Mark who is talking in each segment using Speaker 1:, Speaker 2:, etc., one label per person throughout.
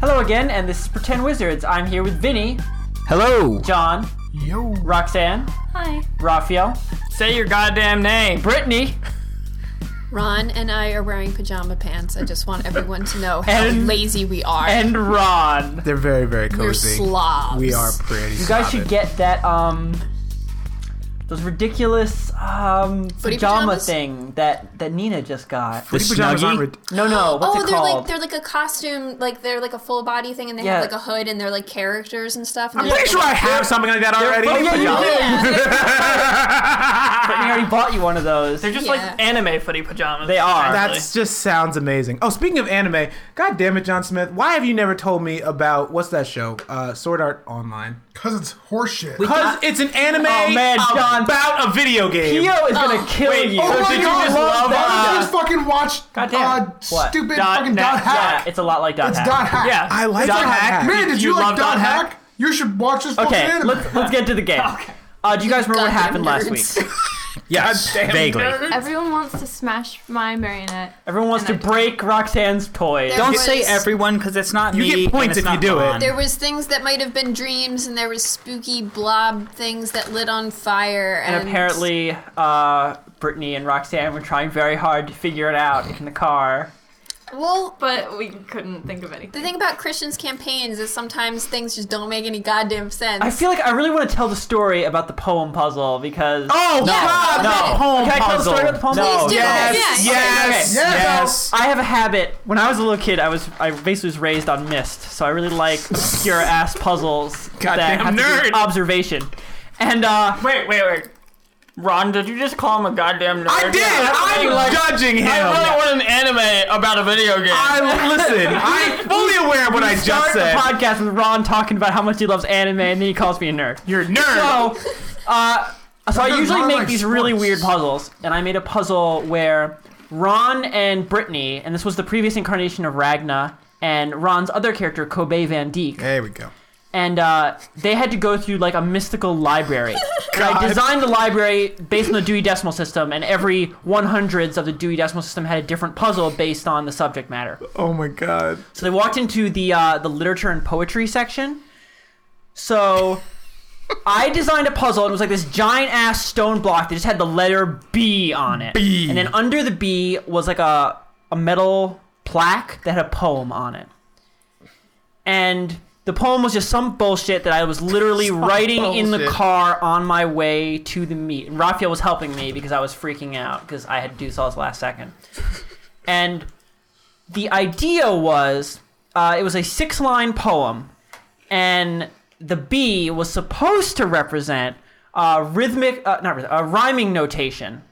Speaker 1: Hello again, and this is Pretend Wizards. I'm here with Vinny,
Speaker 2: Hello.
Speaker 1: John,
Speaker 3: Yo.
Speaker 1: Roxanne,
Speaker 4: Hi.
Speaker 1: Raphael,
Speaker 5: Say your goddamn name.
Speaker 1: Brittany,
Speaker 4: Ron and I are wearing pajama pants. I just want everyone to know how
Speaker 1: And-
Speaker 4: lazy we are.
Speaker 1: and Ron.
Speaker 3: They're very, very
Speaker 4: We're
Speaker 3: cozy.
Speaker 4: slobs.
Speaker 3: We are pretty
Speaker 1: You guys should get that um those ridiculous um pajama
Speaker 4: pajamas?
Speaker 1: thing that that Nina just got.
Speaker 2: The
Speaker 3: pajamas aren't
Speaker 2: snuggie.
Speaker 1: No, no, what's
Speaker 4: oh,
Speaker 1: it
Speaker 4: they're
Speaker 1: called?
Speaker 4: like they're like a costume, like they're like a full body thing, and they
Speaker 1: Yeah.
Speaker 4: have like a hood, and they're like characters and stuff. And
Speaker 2: I'm
Speaker 4: they're
Speaker 2: pretty sure
Speaker 4: like-
Speaker 2: I have something like that already.
Speaker 1: Oh, yeah, you
Speaker 2: Pajamas.
Speaker 1: did. Brittany already bought you one of those.
Speaker 5: Ah. They're just
Speaker 4: Yeah.
Speaker 5: like anime footy pajamas.
Speaker 1: They are.
Speaker 5: frankly.
Speaker 3: That just sounds amazing. Oh, speaking of anime, god damn it, John Smith, why have you never told me about what's that show? Uh, Sword Art Online.
Speaker 6: Because it's horseshit.
Speaker 3: Because it's an anime
Speaker 1: Oh, man, John.
Speaker 3: about a video game.
Speaker 1: Yo is gonna kill
Speaker 5: Wait,
Speaker 1: you.
Speaker 5: oh
Speaker 6: my
Speaker 5: did you
Speaker 6: God,
Speaker 5: just
Speaker 6: love
Speaker 5: love?
Speaker 6: Why don't you
Speaker 5: Uh,
Speaker 6: just fucking watch
Speaker 1: Goddamn.
Speaker 6: uh,
Speaker 1: What?
Speaker 6: stupid
Speaker 5: Dot
Speaker 6: fucking
Speaker 5: net-
Speaker 6: dot hack?
Speaker 1: yeah, it's a lot like Dot
Speaker 6: It's
Speaker 1: Hack.
Speaker 6: dot hack.
Speaker 5: yeah.
Speaker 3: I like
Speaker 5: Dot
Speaker 3: Dot Hack.
Speaker 6: Man, did you, like
Speaker 5: love
Speaker 6: dot hack? You should watch this fucking
Speaker 1: Okay,
Speaker 6: anime.
Speaker 1: let's let's get to the game. Uh, do you guys remember what happened last
Speaker 4: Goddamn
Speaker 1: week?
Speaker 4: nerds.
Speaker 2: Yes, vaguely.
Speaker 7: Everyone wants to smash my marionette.
Speaker 1: Everyone wants to
Speaker 7: And I-
Speaker 1: break Roxanne's toys.
Speaker 4: There
Speaker 1: Don't
Speaker 2: Don't
Speaker 4: was-
Speaker 2: say everyone because it's not
Speaker 3: You
Speaker 2: me.
Speaker 3: get
Speaker 2: and
Speaker 3: points
Speaker 2: it's
Speaker 3: if you
Speaker 2: not
Speaker 3: do it.
Speaker 2: Ron.
Speaker 4: There was things that might have been dreams, and there was spooky blob things that lit on fire. And,
Speaker 1: And apparently, uh, Brittany and Roxanne were trying very hard to figure it out in the car.
Speaker 4: well,
Speaker 7: But we couldn't think of anything.
Speaker 4: the thing about Christian's campaigns is sometimes things just don't make any goddamn sense.
Speaker 1: I feel like I really want to tell the story about the poem puzzle because.
Speaker 3: Oh,
Speaker 4: Yeah.
Speaker 3: God,
Speaker 4: No.
Speaker 3: that poem
Speaker 1: Can I tell the
Speaker 3: puzzle.
Speaker 1: story about the poem
Speaker 4: Please
Speaker 1: puzzle?
Speaker 4: do.
Speaker 3: Yes,
Speaker 4: Yes.
Speaker 3: yes,
Speaker 6: Okay.
Speaker 3: yes.
Speaker 1: I have a habit. When I was a little kid, I was I basically was raised on Myst, so I really like obscure ass puzzles that
Speaker 3: Goddamn
Speaker 1: have to do with
Speaker 5: nerd.
Speaker 1: observation. And uh,
Speaker 5: Wait, wait, wait. Ron, did you just call him a goddamn nerd?
Speaker 3: I did. I'm judging him.
Speaker 5: I really want an anime about a video game.
Speaker 3: I listen. I'm fully aware of what I
Speaker 1: start
Speaker 3: just
Speaker 1: the
Speaker 3: said.
Speaker 1: podcast with Ron talking about how much he loves anime, and then he calls me a nerd.
Speaker 3: You're a nerd.
Speaker 1: So, uh, so I
Speaker 6: does
Speaker 1: usually
Speaker 6: Ron
Speaker 1: make
Speaker 6: like
Speaker 1: these really
Speaker 6: sports?
Speaker 1: weird puzzles, and I made a puzzle where Ron and Brittany, and this was the previous incarnation of Ragna, and Ron's other character, Kobe Van Dijk,
Speaker 3: There we go.
Speaker 1: and uh, they had to go through like a mystical library. And I
Speaker 3: God.
Speaker 1: designed the library based on the Dewey Decimal System, and every 100s of the Dewey Decimal System had a different puzzle based on the subject matter.
Speaker 3: Oh my god.
Speaker 1: So they walked into the uh, the literature and poetry section. So I designed a puzzle. It was like this giant ass stone block that just had the letter B on it,
Speaker 3: B.
Speaker 1: and then under the B was like a a metal plaque that had a poem on it, and the poem was just some bullshit that I was literally writing in the
Speaker 3: bullshit.
Speaker 1: car on my way to the meet. And Raphael was helping me because I was freaking out because I had to do this all this last second, and the idea was uh, it was a six line poem, and the B was supposed to represent uh, rhythmic, uh, not rhythmic, uh, rhyming notation.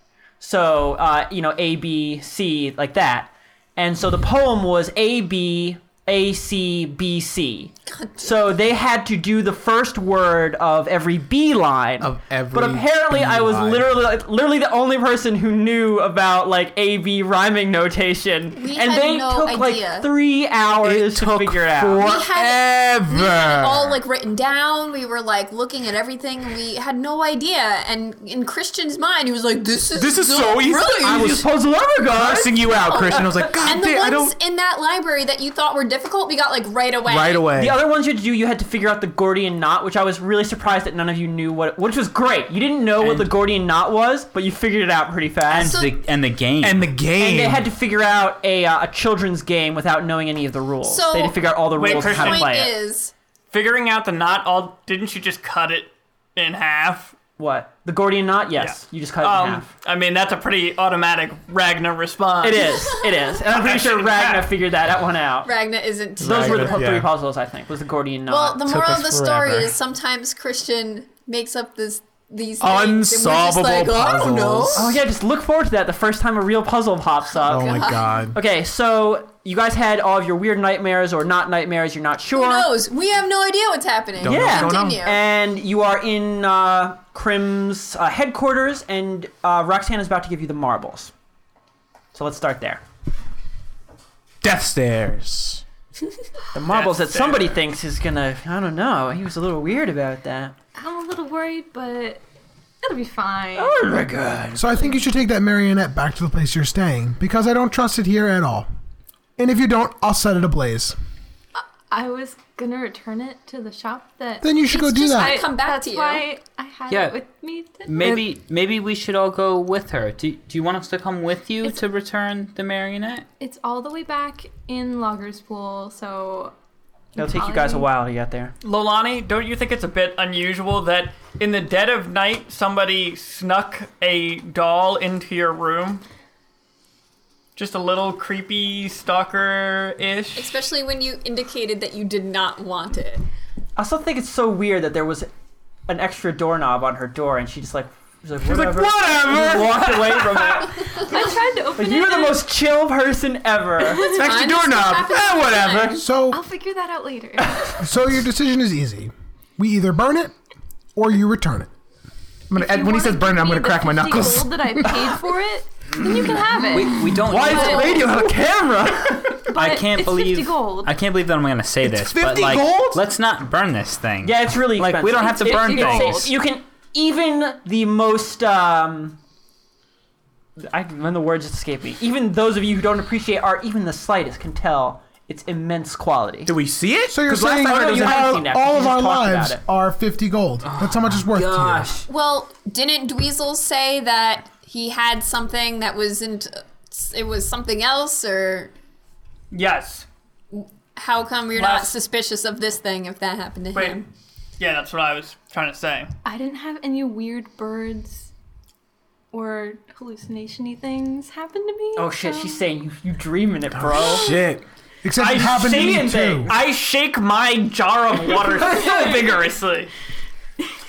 Speaker 1: So, uh, you know, A, B, C, like that. And so the poem was A, B, A, C, B, C. So they had to do the first word of every B line.
Speaker 3: Of every
Speaker 1: But apparently,
Speaker 3: B
Speaker 1: I was
Speaker 3: line.
Speaker 1: literally, like, literally the only person who knew about like A, B rhyming notation
Speaker 4: We
Speaker 1: and
Speaker 4: had
Speaker 1: they
Speaker 4: no
Speaker 1: took
Speaker 4: idea.
Speaker 1: like three hours
Speaker 3: It
Speaker 1: to
Speaker 3: took
Speaker 1: figure it out.
Speaker 4: We had-
Speaker 3: forever.
Speaker 4: we had it all like written down. We were like looking at everything. and We had no idea. And in Christian's mind, he was like, "This is
Speaker 3: This is so easy.
Speaker 4: really
Speaker 3: I was
Speaker 4: easy."
Speaker 1: supposed to love her, guys.
Speaker 3: cursing you out, Christian. I was like, God
Speaker 4: And the
Speaker 3: damn, I
Speaker 4: ones
Speaker 3: don't.
Speaker 4: in that library that you thought were difficult, we got like right away.
Speaker 3: Right away.
Speaker 1: The other ones you had to do, you had to figure out the Gordian knot, which I was really surprised that none of you knew what, which was great. You didn't know what the Gordian knot was, but you figured it out pretty
Speaker 2: and
Speaker 1: fast.
Speaker 4: So-
Speaker 2: the and the game.
Speaker 3: and the game.
Speaker 1: and they had to figure out a, uh, a children's game without knowing any of the rules.
Speaker 4: So-
Speaker 1: they had to figure out all the
Speaker 5: Wait,
Speaker 1: rules and how to
Speaker 4: Point
Speaker 1: play it.
Speaker 4: is,
Speaker 5: Figuring out the knot all. Didn't you just cut it in half?
Speaker 1: What? The Gordian knot? Yes.
Speaker 5: Yeah.
Speaker 1: You just cut it in
Speaker 5: Um,
Speaker 1: half.
Speaker 5: I mean that's a pretty automatic Ragnar response.
Speaker 1: It is. It is. And I'm pretty sure
Speaker 5: shouldn't have.
Speaker 1: Ragna figured that, that one out.
Speaker 4: Ragna isn't.
Speaker 1: Those were the
Speaker 3: Ragna,
Speaker 1: pu- three
Speaker 3: yeah.
Speaker 1: puzzles, I think, was the Gordian knot.
Speaker 4: well, the moral
Speaker 3: us
Speaker 4: of the story
Speaker 3: forever.
Speaker 4: is sometimes Christian makes up this these
Speaker 3: Unsolvable
Speaker 4: things, and we're just like, I don't know.
Speaker 3: puzzles.
Speaker 1: Oh yeah, just look forward to that the first time a real puzzle pops up.
Speaker 3: oh my god.
Speaker 1: Okay, so you guys had all of your weird nightmares or not nightmares, you're not sure.
Speaker 4: Who knows? We have no idea what's happening.
Speaker 3: Don't know
Speaker 1: Yeah.
Speaker 3: what's going
Speaker 4: Continue.
Speaker 3: on.
Speaker 1: And you are in uh, Crim's uh, headquarters, and uh, Roxanne is about to give you the marbles. So let's start there.
Speaker 3: Death stares.
Speaker 1: The marbles
Speaker 5: That's
Speaker 1: that somebody
Speaker 5: fair.
Speaker 1: thinks is gonna, I don't know, he was a little weird about that.
Speaker 7: I'm a little worried, but it'll be fine.
Speaker 1: Oh my god.
Speaker 6: So I think you should take that marionette back to the place you're staying because I don't trust it here at all. And if you don't, I'll set it ablaze.
Speaker 7: I was gonna return it to the shop that.
Speaker 6: Then you should go
Speaker 4: It's
Speaker 6: do
Speaker 4: just
Speaker 6: that.
Speaker 4: I- come back
Speaker 7: that's
Speaker 4: to you.
Speaker 7: why I had
Speaker 8: Yeah.
Speaker 7: it with me. Today.
Speaker 8: Maybe maybe we should all go with her. Do, do you want us to come with you to return the marionette?
Speaker 7: it's all the way back in Loggers Pool, so
Speaker 1: It'll take you guys a
Speaker 7: Probably.
Speaker 1: while to get there.
Speaker 5: Lolani, don't you think it's a bit unusual that in the dead of night somebody snuck a doll into your room? Just a little creepy stalker ish.
Speaker 4: Especially when you indicated that you did not want it.
Speaker 1: I still think it's so weird that there was an extra doorknob on her door, and she just like was like whatever,
Speaker 5: whatever.
Speaker 1: walked away from it.
Speaker 7: I tried to open
Speaker 1: Like
Speaker 7: it.
Speaker 1: you're the
Speaker 7: and
Speaker 1: most chill person ever.
Speaker 4: It's
Speaker 3: Extra
Speaker 4: fine,
Speaker 3: doorknob.
Speaker 4: happens
Speaker 3: Eh,
Speaker 4: all the time.
Speaker 3: whatever.
Speaker 6: So,
Speaker 7: I'll figure that out later.
Speaker 6: so your decision is easy. We either burn it or you return it.
Speaker 3: I'm gonna,
Speaker 7: If you
Speaker 3: Ed, when he
Speaker 7: wanna
Speaker 3: says burn it,
Speaker 7: give
Speaker 3: I'm
Speaker 7: me
Speaker 3: gonna
Speaker 7: the
Speaker 3: crack my
Speaker 7: 50
Speaker 3: knuckles.
Speaker 7: Gold that I paid for it, then you can have it.
Speaker 8: We, we don't.
Speaker 1: Why does the
Speaker 4: Well-
Speaker 1: radio have a camera?
Speaker 7: but
Speaker 8: I can't
Speaker 7: it's
Speaker 8: believe
Speaker 7: 50 gold.
Speaker 8: I can't believe that I'm going to say this, but
Speaker 3: 50
Speaker 8: like,
Speaker 3: gold?
Speaker 8: let's not burn this thing.
Speaker 1: yeah, it's really
Speaker 8: Like, we
Speaker 1: expensive.
Speaker 8: don't have to
Speaker 1: It's-
Speaker 8: burn
Speaker 1: it's-
Speaker 8: things.
Speaker 1: it's- You can even the most um. I when the words escape me. Even those of you who don't appreciate art, even the slightest, can tell its immense quality.
Speaker 3: Do we see it?
Speaker 6: So you're
Speaker 3: 'Cause last
Speaker 6: saying
Speaker 3: time I heard it was
Speaker 1: you
Speaker 3: an
Speaker 1: have-
Speaker 6: our-
Speaker 1: seen that,
Speaker 6: all
Speaker 1: we
Speaker 6: of
Speaker 1: just
Speaker 6: our
Speaker 1: talked about
Speaker 6: lives
Speaker 1: it.
Speaker 6: are 50 gold. That's how much it's worth to you.
Speaker 8: Gosh.
Speaker 4: Well, didn't Dweezil say that he had something that wasn't? It was something else, or
Speaker 5: Yes.
Speaker 4: how come you're not
Speaker 5: Last-
Speaker 4: suspicious of this thing if that happened to
Speaker 5: Wait.
Speaker 4: him?
Speaker 5: Yeah, that's what I was trying to say.
Speaker 7: I didn't have any weird birds or hallucinationy things happen to me.
Speaker 1: Oh shit,
Speaker 7: so-
Speaker 1: she's saying you, you dreaming it, bro.
Speaker 3: Shit.
Speaker 6: Except it
Speaker 5: I
Speaker 6: happened to
Speaker 5: say
Speaker 6: me
Speaker 5: thing.
Speaker 6: too.
Speaker 5: I shake my jar of water so vigorously.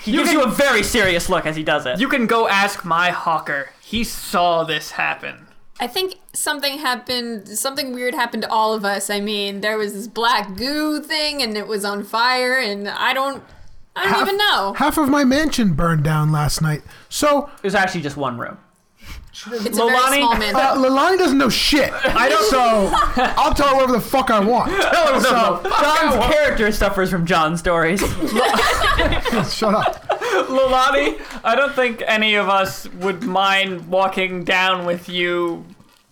Speaker 1: He gives you a very serious look as he does it.
Speaker 5: You can go ask my hawker. He saw this happen.
Speaker 4: I think something happened. Something weird happened to all of us. I mean, there was this black goo thing, and it was on fire, and I don't, I don't even know.
Speaker 6: Half of my mansion burned down last night. So,
Speaker 1: it was actually just one room.
Speaker 4: It's a very small man.
Speaker 6: uh, Lilani doesn't know shit. I don't. So, I'll tell her whatever the fuck I want.
Speaker 1: Oh,
Speaker 6: so,
Speaker 1: John's character suffers from John's stories.
Speaker 6: shut up.
Speaker 5: Lolani, I don't think any of us would mind walking down with you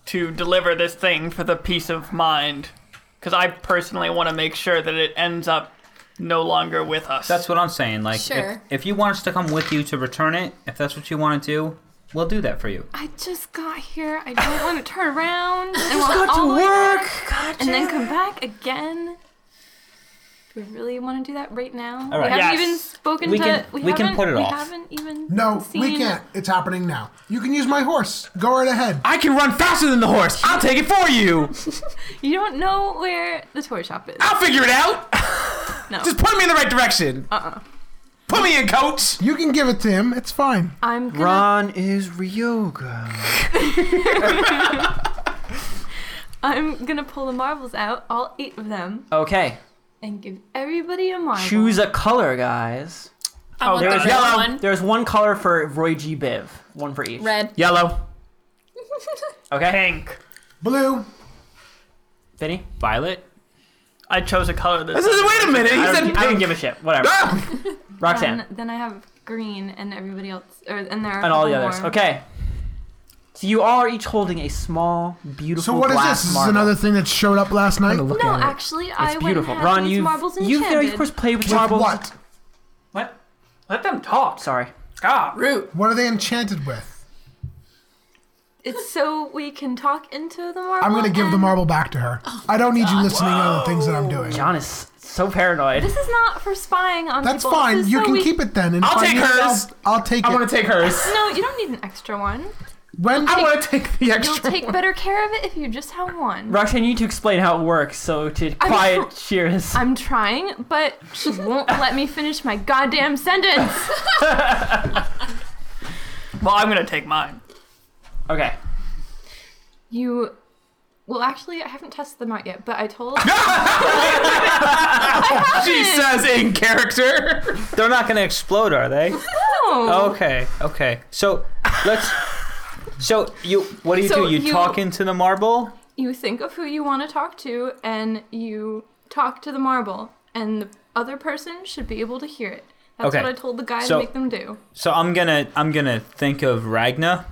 Speaker 5: to deliver this thing for the peace of mind. Because I personally want to make sure that it ends up no longer with us.
Speaker 8: That's what I'm saying. Like, if-
Speaker 4: Sure.
Speaker 8: if, you want us to come with you to return it, if that's what you want to do, we'll do that for you.
Speaker 7: I just got here. I don't want to turn around and walk all
Speaker 1: to
Speaker 7: the way
Speaker 1: work.
Speaker 7: back and then come back again. Do we really want to do that right now?
Speaker 8: right.
Speaker 7: We haven't
Speaker 5: Yes.
Speaker 7: even spoken
Speaker 8: We
Speaker 7: to.
Speaker 8: can-
Speaker 7: we,
Speaker 8: we can
Speaker 7: haven't-
Speaker 8: put it
Speaker 7: we
Speaker 8: off.
Speaker 7: haven't even.
Speaker 6: No,
Speaker 7: seen,
Speaker 6: we can't. It's happening now. You can use my horse. Go right ahead.
Speaker 3: I can run faster than the horse. I'll take it for you.
Speaker 7: You don't know where the toy shop is.
Speaker 6: Ah,
Speaker 3: I'll figure it out.
Speaker 7: No.
Speaker 3: Just point me in the right direction.
Speaker 7: Uh,
Speaker 3: Uh-uh. Put me in, coach.
Speaker 6: You can give it to him. It's fine.
Speaker 7: I'm gonna.
Speaker 1: Ron is Ryoga.
Speaker 7: I'm gonna pull the marbles out, all eight of them,
Speaker 8: Oh.
Speaker 1: Okay,
Speaker 7: and give everybody a marble.
Speaker 1: choose a color, guys.
Speaker 4: I want the
Speaker 5: there's
Speaker 4: red
Speaker 5: yellow.
Speaker 4: one.
Speaker 1: There's one color for Roy G. Biv, one for each.
Speaker 4: Red.
Speaker 3: Yellow.
Speaker 1: Okay,
Speaker 5: Pink.
Speaker 6: Blue.
Speaker 1: Vinny.
Speaker 8: Violet?
Speaker 5: I chose a color
Speaker 3: This
Speaker 5: this.
Speaker 3: is, wait a minute. He
Speaker 1: I
Speaker 3: said
Speaker 1: don't, I don't give a shit. Whatever.
Speaker 3: Ah!
Speaker 1: Roxanne
Speaker 7: Then, then I have green and everybody else, or and there are
Speaker 1: and all the
Speaker 7: a couple
Speaker 1: others.
Speaker 7: more.
Speaker 1: Okay. So you all are each holding a small, beautiful.
Speaker 6: So what is
Speaker 1: glass
Speaker 6: this? This is
Speaker 1: marble.
Speaker 6: another thing that showed up last night.
Speaker 3: look
Speaker 7: No,
Speaker 3: at it.
Speaker 7: actually,
Speaker 1: It's
Speaker 7: I went
Speaker 1: beautiful.
Speaker 7: and had
Speaker 1: Ron,
Speaker 7: these
Speaker 1: you've
Speaker 7: marbles
Speaker 1: you've
Speaker 7: enchanted.
Speaker 1: of course played with,
Speaker 6: With
Speaker 1: marbles.
Speaker 6: what?
Speaker 5: What? Let them talk.
Speaker 1: Sorry.
Speaker 5: God.
Speaker 4: Root.
Speaker 6: What are they enchanted with?
Speaker 7: It's so we can talk into the marble.
Speaker 6: I'm gonna give the
Speaker 7: and-
Speaker 6: marble back to her. I don't need you listening to the things that I'm doing.
Speaker 1: John is so paranoid.
Speaker 7: This is not for spying on
Speaker 6: That's
Speaker 7: people.
Speaker 6: fine.
Speaker 7: This is
Speaker 6: You
Speaker 7: so
Speaker 6: can
Speaker 7: we-
Speaker 6: keep it then. And
Speaker 3: I'll
Speaker 6: if I
Speaker 3: take
Speaker 6: need it,
Speaker 3: hers.
Speaker 6: I'll, I'll take
Speaker 3: I'm
Speaker 6: it.
Speaker 3: gonna take hers.
Speaker 7: No, you don't need an extra one.
Speaker 6: when
Speaker 3: I want to take the
Speaker 7: You'll
Speaker 3: extra.
Speaker 7: take better care of it if you just have one.
Speaker 1: Roxanne, you need to explain how it works. So to quiet Shears.
Speaker 7: I'm trying, but she won't let me finish my goddamn sentence.
Speaker 5: Well, I'm gonna take mine.
Speaker 1: Okay.
Speaker 7: You. Well, actually, I haven't tested them out yet, but I told.
Speaker 3: She says in character.
Speaker 8: They're not going to explode, are they?
Speaker 1: Oh,
Speaker 7: No.
Speaker 8: Okay, okay. So, let's. So, you. What do you
Speaker 7: So
Speaker 8: do? You,
Speaker 7: you-
Speaker 8: talk into the marble?
Speaker 7: You think of who you want to talk to, and you talk to the marble, and the other person should be able to hear it. That's
Speaker 8: Okay.
Speaker 7: what I told the guy
Speaker 8: So-
Speaker 7: to make them do.
Speaker 8: So I'm gonna I'm gonna think of Ragna,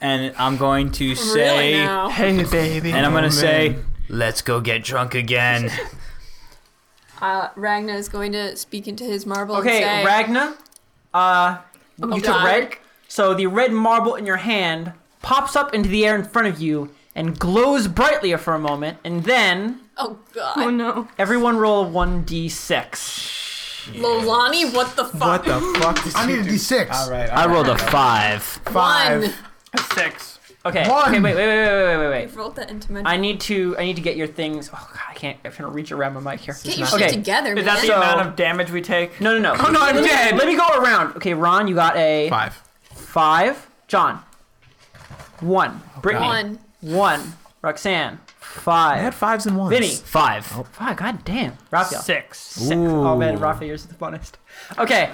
Speaker 8: and I'm going to say,
Speaker 4: Really now.
Speaker 8: "Hey, baby," and I'm gonna say, "Let's go get drunk again."
Speaker 4: Uh, Ragna is going to speak into his marble.
Speaker 1: Okay,
Speaker 4: and say, "Oh,
Speaker 1: Ragna, uh, you took
Speaker 4: God.
Speaker 1: red. So the red marble in your hand pops up into the air in front of you and glows brightly for a moment, and then
Speaker 4: Oh God,
Speaker 7: Oh no.
Speaker 1: everyone roll a 1d6.
Speaker 4: Lolani, what the
Speaker 3: What
Speaker 4: fuck?
Speaker 3: the fuck? Did
Speaker 6: I
Speaker 3: you
Speaker 6: need a
Speaker 3: do?
Speaker 6: D6.
Speaker 3: All right,
Speaker 8: I rolled a five.
Speaker 4: One.
Speaker 3: five.
Speaker 5: Six.
Speaker 1: Okay.
Speaker 6: One.
Speaker 1: Okay, wait, wait, wait, wait, wait, wait, wait.
Speaker 4: I've rolled that into my.
Speaker 1: I need to I need to get your things. Oh god, I can't I'm trying to reach around my mic here.
Speaker 4: Get your shit
Speaker 1: okay.
Speaker 4: together, man.
Speaker 5: Is that the
Speaker 1: So-
Speaker 5: amount of damage we take?
Speaker 1: No, no, no.
Speaker 3: Oh no, I'm dead.
Speaker 1: Let me go around. Okay, Ron, you got a
Speaker 3: Five.
Speaker 1: five. John. One. Brittany.
Speaker 4: One.
Speaker 1: One. Roxanne.
Speaker 3: I
Speaker 1: Five.
Speaker 3: had fives and ones.
Speaker 1: Vinny.
Speaker 8: Five.
Speaker 1: Five. God damn. Raphael.
Speaker 5: Six.
Speaker 1: Six. Oh man, Raphael, yours is the funnest. Okay.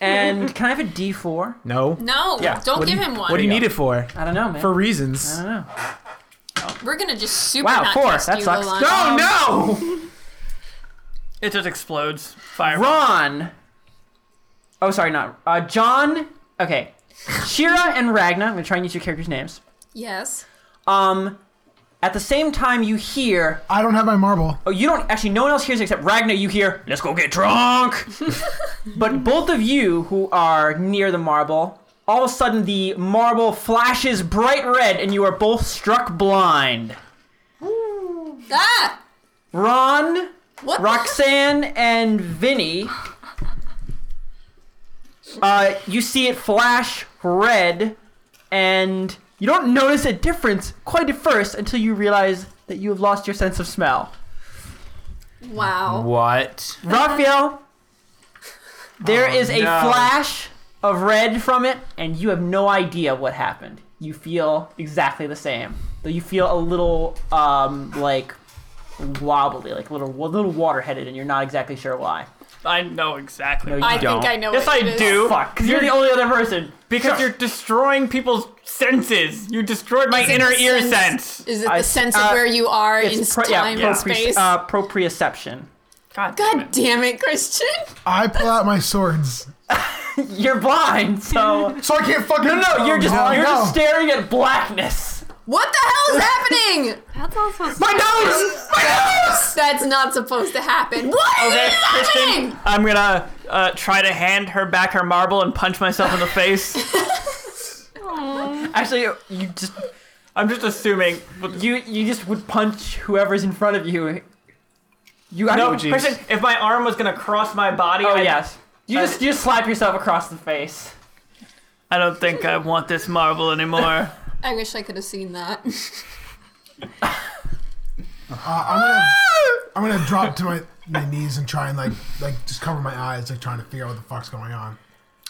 Speaker 1: And can I have a D four?
Speaker 3: No.
Speaker 4: No,
Speaker 1: Yeah.
Speaker 4: don't
Speaker 3: What do
Speaker 4: give
Speaker 3: you-
Speaker 4: him one.
Speaker 3: What do you need it for?
Speaker 1: I don't know, man.
Speaker 3: For
Speaker 1: I
Speaker 3: reasons.
Speaker 1: don't know.
Speaker 4: We're gonna just super
Speaker 1: Wow,
Speaker 4: not
Speaker 1: four.
Speaker 4: trust
Speaker 1: That
Speaker 4: you,
Speaker 1: sucks.
Speaker 4: Lolani.
Speaker 3: No, no.
Speaker 5: It just explodes. Fire.
Speaker 1: Ron. Oh, sorry, not uh, John. Okay, Shira and Ragna. I'm gonna try and use your characters' names.
Speaker 4: Yes.
Speaker 1: Um, at the same time, you hear.
Speaker 6: I don't have my marble.
Speaker 1: Oh, you don't actually. No one else hears except Ragna. You hear. Let's go get drunk. but both of you who are near the marble, all of a sudden the marble flashes bright red, and you are both struck blind.
Speaker 4: Ah,
Speaker 1: Ron,
Speaker 4: what? the-
Speaker 1: Roxanne and Vinny, uh, you see it flash red, and you don't notice a difference quite at first until you realize that you have lost your sense of smell.
Speaker 4: Wow.
Speaker 8: What?
Speaker 1: Raphael, there is a
Speaker 5: no.
Speaker 1: flash of red from it, and you have no idea what happened. You feel exactly the same, though you feel a little um, like wobbly, like a little a little water-headed, and you're not exactly sure why.
Speaker 5: I know exactly.
Speaker 1: No, you
Speaker 5: what-
Speaker 4: I
Speaker 1: don't.
Speaker 4: think I know.
Speaker 5: Yes,
Speaker 4: what it
Speaker 5: I
Speaker 4: is.
Speaker 5: do.
Speaker 1: Fuck, because you're the only other person.
Speaker 5: Because you're destroying people's senses. You destroyed my inner
Speaker 4: the
Speaker 5: ear
Speaker 4: sense-
Speaker 5: sense.
Speaker 4: Is it the
Speaker 1: I-
Speaker 4: sense of
Speaker 1: uh,
Speaker 4: where you are in
Speaker 1: It's pro- yeah,
Speaker 4: time and
Speaker 1: propri-
Speaker 4: space?
Speaker 1: uh, proprioception.
Speaker 5: God, damn
Speaker 4: God
Speaker 5: it.
Speaker 4: damn it, Christian!
Speaker 6: I pull out my swords.
Speaker 1: You're blind, so
Speaker 6: So I can't fucking.
Speaker 1: no, no, you're just
Speaker 6: Oh,
Speaker 1: you're
Speaker 6: no.
Speaker 1: just staring at blackness.
Speaker 4: What the hell is happening?
Speaker 7: That's all supposed to
Speaker 1: My nose, my nose.
Speaker 4: That's not supposed to happen. What is
Speaker 5: Okay,
Speaker 4: happening?
Speaker 5: Kristen, I'm gonna uh, try to hand her back her marble and punch myself in the face.
Speaker 1: Actually, you just
Speaker 5: I'm just assuming. but-
Speaker 1: you you just would punch whoever's in front of you. You I
Speaker 5: No,
Speaker 1: mean,
Speaker 5: Kristen, if my arm was gonna cross my body,
Speaker 1: Oh
Speaker 5: I,
Speaker 1: yes, you just you just slap yourself across the face.
Speaker 5: I don't think I want this marble anymore.
Speaker 4: I wish I could have seen that.
Speaker 6: Uh, I'm gonna. I'm gonna drop to my, my knees and try and like like just cover my eyes, like trying to figure out what the fuck's going on.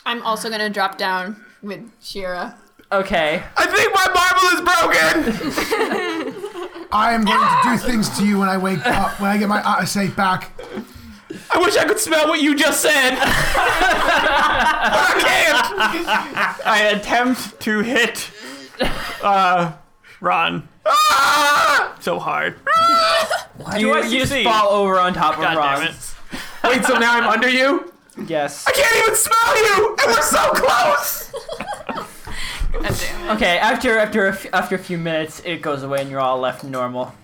Speaker 4: I'm also gonna drop down with Shira.
Speaker 1: Okay,
Speaker 3: I think my marble is broken.
Speaker 6: I am going to do things to you when I wake up, when I get my eyesight back.
Speaker 3: I wish I could smell what you just said. I
Speaker 5: I attempt to hit uh, Ron
Speaker 3: can't.
Speaker 5: so hard.
Speaker 1: you,
Speaker 5: I
Speaker 1: you just
Speaker 5: succeed?
Speaker 1: fall over on top of
Speaker 5: God
Speaker 1: Ron.
Speaker 5: damn it.
Speaker 3: Wait, so now I'm under you?
Speaker 1: Yes.
Speaker 3: I can't even smell you, and we're so close.
Speaker 1: Okay. After after a f- after a few minutes, it goes away and you're all left normal.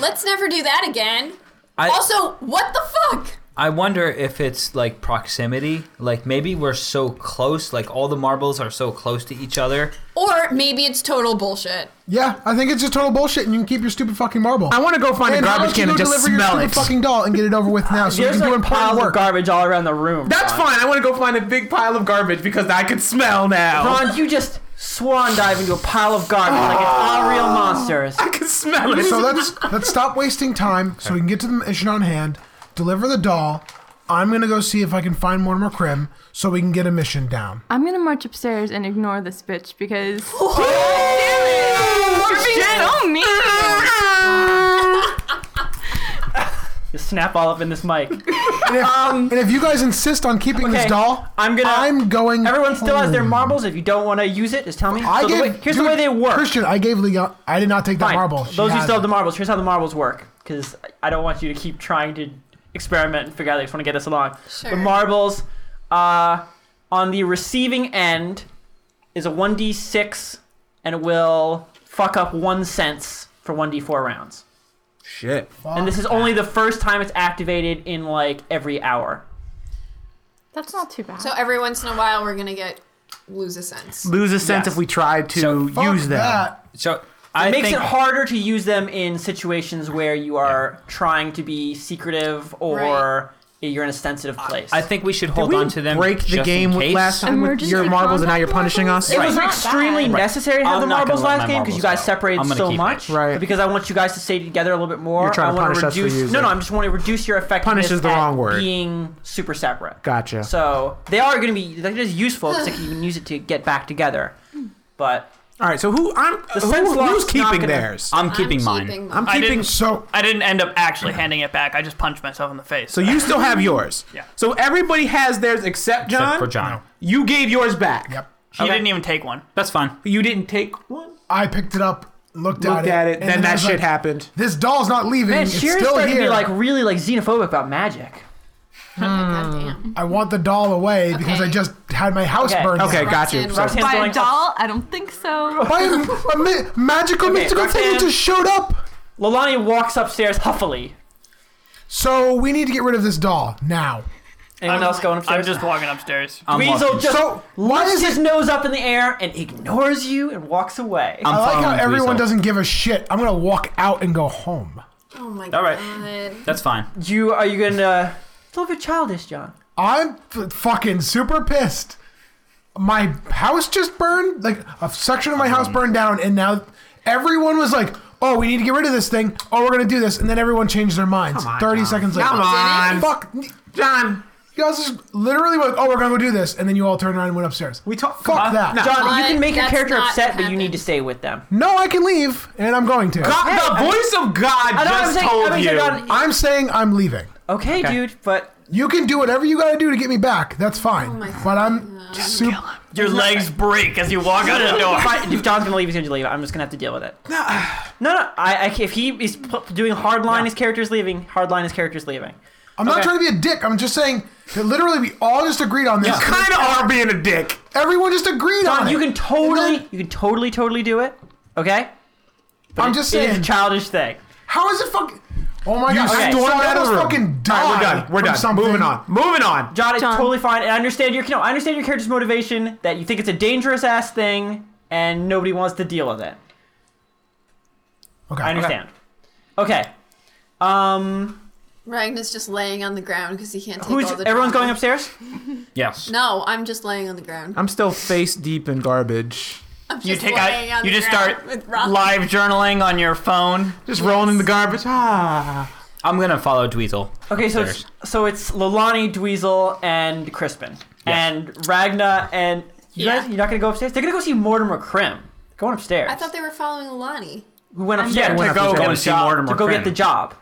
Speaker 4: Let's never do that again.
Speaker 8: I-
Speaker 4: also, what the fuck?
Speaker 8: I wonder if it's like proximity. Like maybe we're so close, like all the marbles are so close to each other.
Speaker 4: Or maybe it's total bullshit.
Speaker 6: Yeah, I think it's just total bullshit, and you can keep your stupid fucking marble.
Speaker 3: I want to go find
Speaker 6: and
Speaker 3: a
Speaker 6: why don't
Speaker 3: garbage
Speaker 6: you
Speaker 3: can
Speaker 6: go
Speaker 3: and just
Speaker 6: deliver
Speaker 3: smell
Speaker 6: your
Speaker 3: it.
Speaker 6: stupid fucking doll and get it over with now, so
Speaker 1: There's
Speaker 6: you can do
Speaker 1: like
Speaker 6: important
Speaker 1: piles of
Speaker 6: work.
Speaker 1: garbage all around the room.
Speaker 3: That's
Speaker 1: Ron.
Speaker 3: fine. I want to go find a big pile of garbage because I can smell now.
Speaker 1: Ron, you just swan dive into a pile of garbage like it's all real monsters.
Speaker 3: I can smell it.
Speaker 6: so let's let's stop wasting time, so we can get to the mission on hand. Deliver the doll. I'm gonna go see if I can find Mortimer Krim, so we can get a mission down.
Speaker 7: I'm gonna march upstairs and ignore this bitch because
Speaker 1: You're being so mean. Just snap all up in this mic.
Speaker 6: And if, and if you guys insist on keeping
Speaker 1: Um,
Speaker 6: this
Speaker 1: okay.
Speaker 6: doll,
Speaker 1: I'm gonna-
Speaker 6: I'm going.
Speaker 1: Everyone still has their
Speaker 6: home.
Speaker 1: marbles. If you don't want to use it, just tell me.
Speaker 6: I
Speaker 1: So the
Speaker 6: gave,
Speaker 1: way- here's the
Speaker 6: dude,
Speaker 1: way they work.
Speaker 6: Christian, I gave Leon. I did not take that
Speaker 1: Fine.
Speaker 6: marble. She
Speaker 1: Those who
Speaker 6: has
Speaker 1: still have
Speaker 6: it.
Speaker 1: the marbles, here's how the marbles work. Because I don't want you to keep trying to experiment and figure out. I just want to get us along.
Speaker 4: Sure.
Speaker 1: The marbles, uh, on the receiving end, is a 1d6, and it will fuck up one sense for 1d4 rounds.
Speaker 3: Shit.
Speaker 1: and this is
Speaker 5: Ah,
Speaker 1: only the first time it's activated in like every hour.
Speaker 7: That's not too bad.
Speaker 4: So every once in a while, we're gonna get lose a sense.
Speaker 3: Lose a sense
Speaker 1: Yes.
Speaker 3: if we try to
Speaker 6: Fuck
Speaker 3: use them.
Speaker 6: that.
Speaker 8: So
Speaker 1: It
Speaker 8: I
Speaker 1: makes
Speaker 8: think
Speaker 1: it harder to use them in situations where you are trying to be secretive or you're in a sensitive place.
Speaker 8: I think we should
Speaker 3: Did
Speaker 8: hold
Speaker 3: we
Speaker 8: on to them.
Speaker 3: break the
Speaker 8: just
Speaker 3: game
Speaker 8: in
Speaker 3: with
Speaker 8: case.
Speaker 3: last time with
Speaker 7: Emergency
Speaker 3: your marbles and now you're
Speaker 7: contact
Speaker 3: punishing us?
Speaker 7: marbles?
Speaker 1: it was
Speaker 7: Right.
Speaker 1: extremely
Speaker 7: Not bad.
Speaker 1: necessary to have
Speaker 8: I'm
Speaker 1: the
Speaker 8: not gonna
Speaker 1: marbles
Speaker 8: let
Speaker 1: last
Speaker 8: my
Speaker 1: game because you
Speaker 8: marbles
Speaker 1: guys
Speaker 8: out.
Speaker 1: separated
Speaker 8: I'm gonna
Speaker 1: so
Speaker 8: keep
Speaker 1: much.
Speaker 8: it.
Speaker 3: Right.
Speaker 1: Because I want you guys to stay together a little bit more.
Speaker 3: You're trying
Speaker 1: I
Speaker 3: to
Speaker 1: want
Speaker 3: punish us for
Speaker 1: reduce. no,
Speaker 3: using.
Speaker 1: no, I'm just want to reduce your effectiveness.
Speaker 3: Punish is the
Speaker 1: at
Speaker 3: wrong word.
Speaker 1: Being super separate.
Speaker 3: Gotcha.
Speaker 1: So they are going to be. They're just useful because you can use it to get back together. But
Speaker 3: All right, so who I'm
Speaker 1: The
Speaker 3: who-
Speaker 1: sense lock's
Speaker 3: who's
Speaker 1: not
Speaker 3: keeping
Speaker 1: gonna-
Speaker 3: theirs?
Speaker 8: I'm keeping mine.
Speaker 3: I'm
Speaker 5: I
Speaker 3: keeping
Speaker 5: didn't.
Speaker 6: So
Speaker 5: I didn't end up actually handing it back. I just punched myself in the face.
Speaker 3: So you still have yours.
Speaker 5: Yeah.
Speaker 3: So everybody has theirs except John.
Speaker 8: Except for John.
Speaker 3: You gave yours back.
Speaker 6: Yep.
Speaker 5: she didn't even take one.
Speaker 8: That's fine.
Speaker 3: You didn't take one.
Speaker 6: I picked it up, looked,
Speaker 3: Looked at it.
Speaker 6: and
Speaker 3: then
Speaker 6: I
Speaker 3: that
Speaker 6: was
Speaker 3: shit
Speaker 6: like,
Speaker 3: happened.
Speaker 6: This doll's not leaving.
Speaker 1: man,
Speaker 6: it's
Speaker 1: Shira's
Speaker 6: still
Speaker 1: starting
Speaker 6: here.
Speaker 1: to be like really like xenophobic about magic.
Speaker 4: Goddamn.
Speaker 6: I want the doll away because I
Speaker 4: Okay.
Speaker 6: just had my house
Speaker 1: Okay.
Speaker 6: burned.
Speaker 3: Okay,
Speaker 6: down.
Speaker 3: got you.
Speaker 4: Roxanne,
Speaker 3: So,
Speaker 1: Roxanne's
Speaker 7: By
Speaker 1: going
Speaker 7: a doll? I don't think so.
Speaker 6: Why a, a ma- magical
Speaker 1: Okay,
Speaker 6: mystical
Speaker 1: Roxanne.
Speaker 6: thing just showed up.
Speaker 1: Lolani walks upstairs huffily.
Speaker 6: So we need to get rid of this doll now.
Speaker 1: Anyone else going upstairs?
Speaker 5: I'm just walking upstairs.
Speaker 3: Um,
Speaker 8: I'm
Speaker 1: Weasel
Speaker 8: walking.
Speaker 1: just
Speaker 6: So why
Speaker 1: lifts
Speaker 6: is
Speaker 1: his
Speaker 6: it?
Speaker 1: nose up in the air and ignores you and walks away.
Speaker 8: I'm
Speaker 6: I like how
Speaker 8: following
Speaker 6: everyone
Speaker 8: Weasel.
Speaker 6: doesn't give a shit. I'm gonna walk out and go home.
Speaker 4: Oh my
Speaker 8: All right.
Speaker 4: god.
Speaker 8: That's fine.
Speaker 1: you are you gonna? It's a little bit childish, John.
Speaker 6: I'm f- fucking super pissed. My house just burned, like a section of my
Speaker 3: Um,
Speaker 6: house burned down, and now everyone was like, "Oh, we need to get rid of this thing. Oh, we're gonna do this," and then everyone changed their minds.
Speaker 3: Come on,
Speaker 6: Thirty
Speaker 3: John.
Speaker 6: seconds later,
Speaker 3: Come on.
Speaker 6: fuck, you
Speaker 3: John,
Speaker 6: guys just literally were like, "Oh, we're gonna go do this," and then you all turned around and went upstairs.
Speaker 3: we talk.
Speaker 6: fuck
Speaker 3: come on.
Speaker 6: that.
Speaker 3: No.
Speaker 1: John, you
Speaker 4: I-
Speaker 1: can make your
Speaker 4: that's
Speaker 1: character
Speaker 4: not
Speaker 1: upset,
Speaker 4: what
Speaker 1: but you need
Speaker 4: happened.
Speaker 1: to stay with them.
Speaker 6: No, I can leave, and I'm going to.
Speaker 3: God, the
Speaker 1: I-
Speaker 3: voice of God
Speaker 1: I know what I'm
Speaker 3: just
Speaker 1: saying.
Speaker 3: told
Speaker 1: I mean,
Speaker 3: you.
Speaker 1: John,
Speaker 6: I'm saying I'm leaving.
Speaker 1: okay, dude, but
Speaker 6: You can do whatever you gotta do to get me back. That's
Speaker 7: Oh
Speaker 6: fine.
Speaker 4: my
Speaker 6: but I'm super.
Speaker 5: Your legs break as you walk out the door.
Speaker 1: if, I, if John's gonna leave, he's gonna leave. I'm just gonna have to deal with it. No, no, no. I, I if he is p- doing hard line, his character's leaving. Hard line, his character's leaving.
Speaker 6: I'm not
Speaker 1: Okay.
Speaker 6: trying to be a dick. I'm just saying that literally we all just agreed on this.
Speaker 3: kind of are being a dick.
Speaker 6: Everyone just agreed on
Speaker 1: John,
Speaker 6: it.
Speaker 1: you can totally,
Speaker 6: And then-
Speaker 1: you can totally, totally do it. Okay,
Speaker 6: I'm just
Speaker 1: it is a
Speaker 6: saying.
Speaker 1: childish thing.
Speaker 6: How is it fucking? Oh my god!
Speaker 1: Okay,
Speaker 6: I
Speaker 1: stormed
Speaker 6: so I
Speaker 3: out of
Speaker 6: almost
Speaker 3: the room.
Speaker 6: fucking
Speaker 3: All
Speaker 6: died.
Speaker 3: right, we're done. We're
Speaker 6: from
Speaker 3: done.
Speaker 6: something.
Speaker 3: Moving on. Moving on.
Speaker 1: John, it's
Speaker 7: John.
Speaker 1: totally fine. I understand your no, I understand your character's motivation that you think it's a dangerous ass thing and nobody wants to deal with it.
Speaker 6: Okay.
Speaker 1: I understand. Okay. Um
Speaker 4: Ragnar's just laying on the ground because he can't take
Speaker 1: who's
Speaker 4: all the.
Speaker 1: everyone's
Speaker 4: trauma.
Speaker 1: going upstairs?
Speaker 8: Yes.
Speaker 4: No, I'm just laying on the ground.
Speaker 3: I'm still face deep in garbage.
Speaker 4: I'm
Speaker 5: You
Speaker 4: just
Speaker 5: take
Speaker 4: laying
Speaker 5: out.
Speaker 4: on
Speaker 5: You
Speaker 4: the
Speaker 5: just
Speaker 4: ground
Speaker 5: start
Speaker 4: with Rob.
Speaker 5: live journaling on your phone.
Speaker 3: Just rolling in the garbage. Ah.
Speaker 8: I'm gonna follow Dweezil.
Speaker 1: Okay, so it's,
Speaker 8: Upstairs.
Speaker 1: so it's Lolani, Dweezil, and Crispin. And Ragna and you
Speaker 4: Yeah.
Speaker 1: guys you're not gonna go upstairs? They're gonna go see Mortimer Krim. Going upstairs.
Speaker 4: I thought they were following Lonnie.
Speaker 1: Who went
Speaker 5: Yeah,
Speaker 1: upstairs
Speaker 5: to
Speaker 3: up
Speaker 5: go
Speaker 3: to
Speaker 5: get
Speaker 3: John.
Speaker 5: a
Speaker 8: see
Speaker 5: job.
Speaker 8: Mortimer
Speaker 1: to go
Speaker 8: Crane.
Speaker 1: get the job.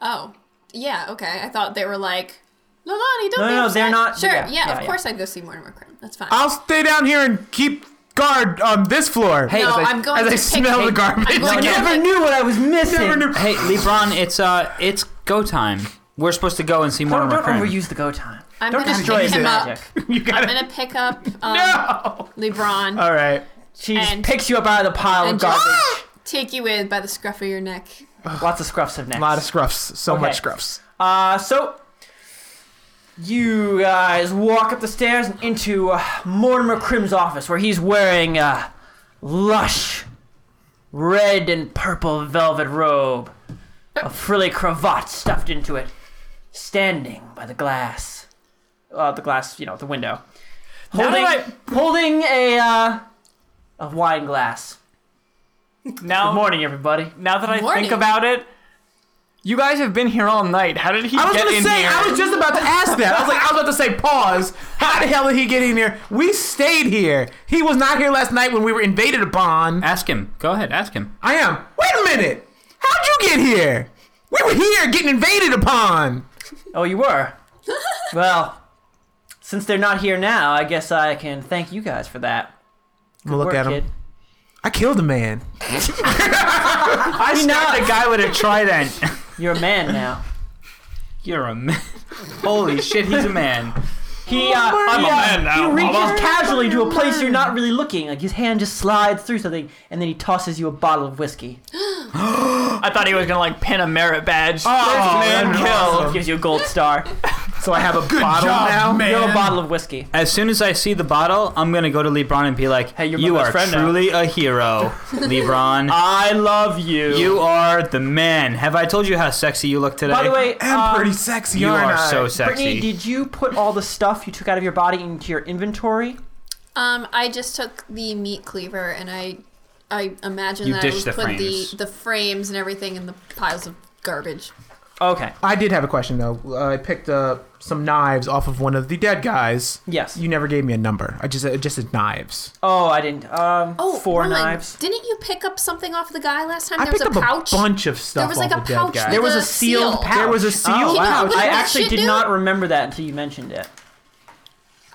Speaker 4: Oh, yeah, okay. I thought they were like, Lolani, don't
Speaker 1: No, no,
Speaker 4: be
Speaker 1: no,
Speaker 4: upset."
Speaker 1: they're not-
Speaker 4: Sure,
Speaker 1: yeah,
Speaker 4: yeah,
Speaker 1: yeah,
Speaker 4: of
Speaker 1: yeah.
Speaker 4: course I'd go see Mortimer Crane. That's fine.
Speaker 3: I'll stay down here and keep guard on this floor. Hey,
Speaker 4: no,
Speaker 3: as I,
Speaker 4: I'm going
Speaker 3: as
Speaker 4: to
Speaker 3: I
Speaker 4: pick-
Speaker 3: smell the garbage
Speaker 4: I'm going
Speaker 1: I
Speaker 4: to
Speaker 3: again.
Speaker 1: never knew what I was missing.
Speaker 3: Never knew.
Speaker 8: Hey, LeBron, it's uh, it's go time. We're supposed to go and see
Speaker 1: Don't,
Speaker 8: Mortimer
Speaker 1: don't
Speaker 8: Crane.
Speaker 1: overuse the go time.
Speaker 4: I'm
Speaker 1: don't
Speaker 4: gonna
Speaker 1: destroy
Speaker 4: pick
Speaker 1: the
Speaker 4: him up.
Speaker 1: magic.
Speaker 3: You
Speaker 4: I'm
Speaker 3: gotta.
Speaker 4: going to pick up um,
Speaker 3: no.
Speaker 4: LeBron
Speaker 3: All right.
Speaker 1: She
Speaker 4: And-
Speaker 1: picks you up out of the pile of
Speaker 4: and
Speaker 1: garbage.
Speaker 4: just take you in by the scruff of your neck.
Speaker 1: Lots of scruffs of necks.
Speaker 3: A lot of scruffs. So
Speaker 1: Okay.
Speaker 3: much scruffs.
Speaker 1: Uh, so you guys walk up the stairs and into uh, Mortimer Crim's office, where he's wearing a lush red and purple velvet robe, a frilly cravat stuffed into it, standing by the glass, uh, the glass, you know, the window, holding,
Speaker 5: that
Speaker 1: holding a uh, a wine glass.
Speaker 5: Now,
Speaker 1: Good morning, everybody.
Speaker 5: now that I
Speaker 4: Morning.
Speaker 5: think about it, you guys have been here all night. How did he
Speaker 3: I was
Speaker 5: get
Speaker 3: gonna
Speaker 5: in
Speaker 3: say.
Speaker 5: here?
Speaker 3: I was just about to ask that. I was like, I was about to say, pause. How the hell did he get in here? We stayed here. He was not here last night when we were invaded upon.
Speaker 8: Ask him. Go ahead. Ask him.
Speaker 3: I am. Wait a minute. How'd you get here? We were here getting invaded upon.
Speaker 1: Oh, you were? well, since they're not here now, I guess I can thank you guys for that.
Speaker 3: I'm gonna look
Speaker 1: Work,
Speaker 3: at him.
Speaker 1: kid.
Speaker 3: I killed a man.
Speaker 8: I stabbed a guy with a trident.
Speaker 1: You're a man now.
Speaker 8: You're a man. Holy shit, he's a man.
Speaker 1: He, uh,
Speaker 5: I'm
Speaker 1: he,
Speaker 5: a
Speaker 1: uh,
Speaker 5: man now,
Speaker 1: he reaches
Speaker 5: mama.
Speaker 1: casually to a place you're not really looking. Like his hand just slides through something, and then he tosses you a bottle of whiskey.
Speaker 5: I thought he was gonna like pin a merit badge.
Speaker 3: Oh, man,
Speaker 1: He gives you a gold star.
Speaker 3: So I have a bottle
Speaker 6: job,
Speaker 3: now.
Speaker 6: man.
Speaker 1: You have a bottle of whiskey.
Speaker 8: As soon as I see the bottle, I'm gonna go to LeBron and be like,
Speaker 1: Hey, you're my
Speaker 8: you
Speaker 1: best
Speaker 8: are
Speaker 1: friend now." Uh,
Speaker 8: truly a hero, LeBron.
Speaker 1: I love you.
Speaker 8: You are the man. Have I told you how sexy you look today?
Speaker 1: By the way,
Speaker 3: I'm
Speaker 1: um,
Speaker 3: pretty sexy,
Speaker 8: you
Speaker 3: aren't
Speaker 8: are
Speaker 3: I?
Speaker 8: so sexy.
Speaker 1: Brittany, did you put all the stuff you took out of your body into your inventory?
Speaker 4: Um, I just took the meat cleaver and I, I imagine
Speaker 8: You
Speaker 4: that I would
Speaker 8: ditched the
Speaker 4: put
Speaker 8: frames.
Speaker 4: the the frames and everything in the piles of garbage.
Speaker 1: Okay.
Speaker 3: I did have a question though. Uh, I picked up some knives off of one of the dead guys.
Speaker 1: Yes.
Speaker 3: You never gave me a number. I just I just said knives.
Speaker 1: Oh, I didn't. Um,
Speaker 4: Oh,
Speaker 1: four
Speaker 4: Roland,
Speaker 1: knives.
Speaker 4: Didn't you pick up something off the guy last time?
Speaker 3: I
Speaker 4: there
Speaker 3: picked
Speaker 4: was
Speaker 3: up
Speaker 4: a pouch.
Speaker 3: a bunch of stuff.
Speaker 4: there was like
Speaker 3: off
Speaker 4: a
Speaker 3: the dead
Speaker 4: pouch.
Speaker 3: guy.
Speaker 1: There was
Speaker 4: The
Speaker 1: a sealed
Speaker 4: seal.
Speaker 1: pouch.
Speaker 3: There was a sealed
Speaker 1: oh, wow.
Speaker 4: pouch.
Speaker 1: I
Speaker 4: That
Speaker 1: actually
Speaker 4: shit,
Speaker 1: did
Speaker 4: dude.
Speaker 1: not remember that until you mentioned it.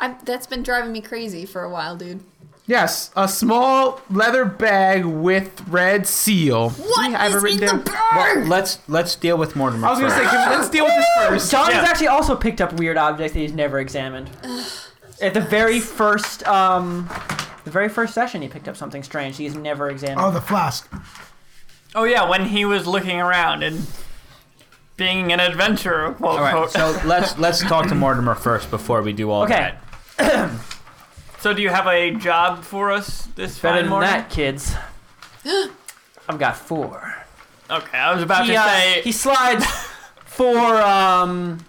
Speaker 4: I, that's been driving me crazy for a while, dude.
Speaker 3: Yes, a small leather bag with red seal.
Speaker 4: What
Speaker 3: See, I have it
Speaker 4: is
Speaker 3: written
Speaker 4: in
Speaker 3: down.
Speaker 4: the
Speaker 8: Well,
Speaker 4: bag?
Speaker 8: let's let's deal with Mortimer.
Speaker 3: I was gonna say,
Speaker 8: first.
Speaker 3: can, let's deal with this first.
Speaker 1: John has
Speaker 5: Yeah.
Speaker 1: actually also picked up weird objects that he's never examined. At the very first, um, the very first session, he picked up something strange he's never examined.
Speaker 6: Oh, the flask.
Speaker 5: Oh yeah, when he was looking around and being an adventurer, quote
Speaker 8: All right,
Speaker 5: quote. So,
Speaker 8: so let's let's talk to Mortimer first before we do all
Speaker 1: Okay.
Speaker 8: that.
Speaker 5: do you have a job for us this
Speaker 1: Better
Speaker 5: fine
Speaker 1: than
Speaker 5: morning?
Speaker 1: that, kids. I've got four.
Speaker 5: Okay, I was about
Speaker 1: He,
Speaker 5: to
Speaker 1: uh,
Speaker 5: say.
Speaker 1: he slides four um,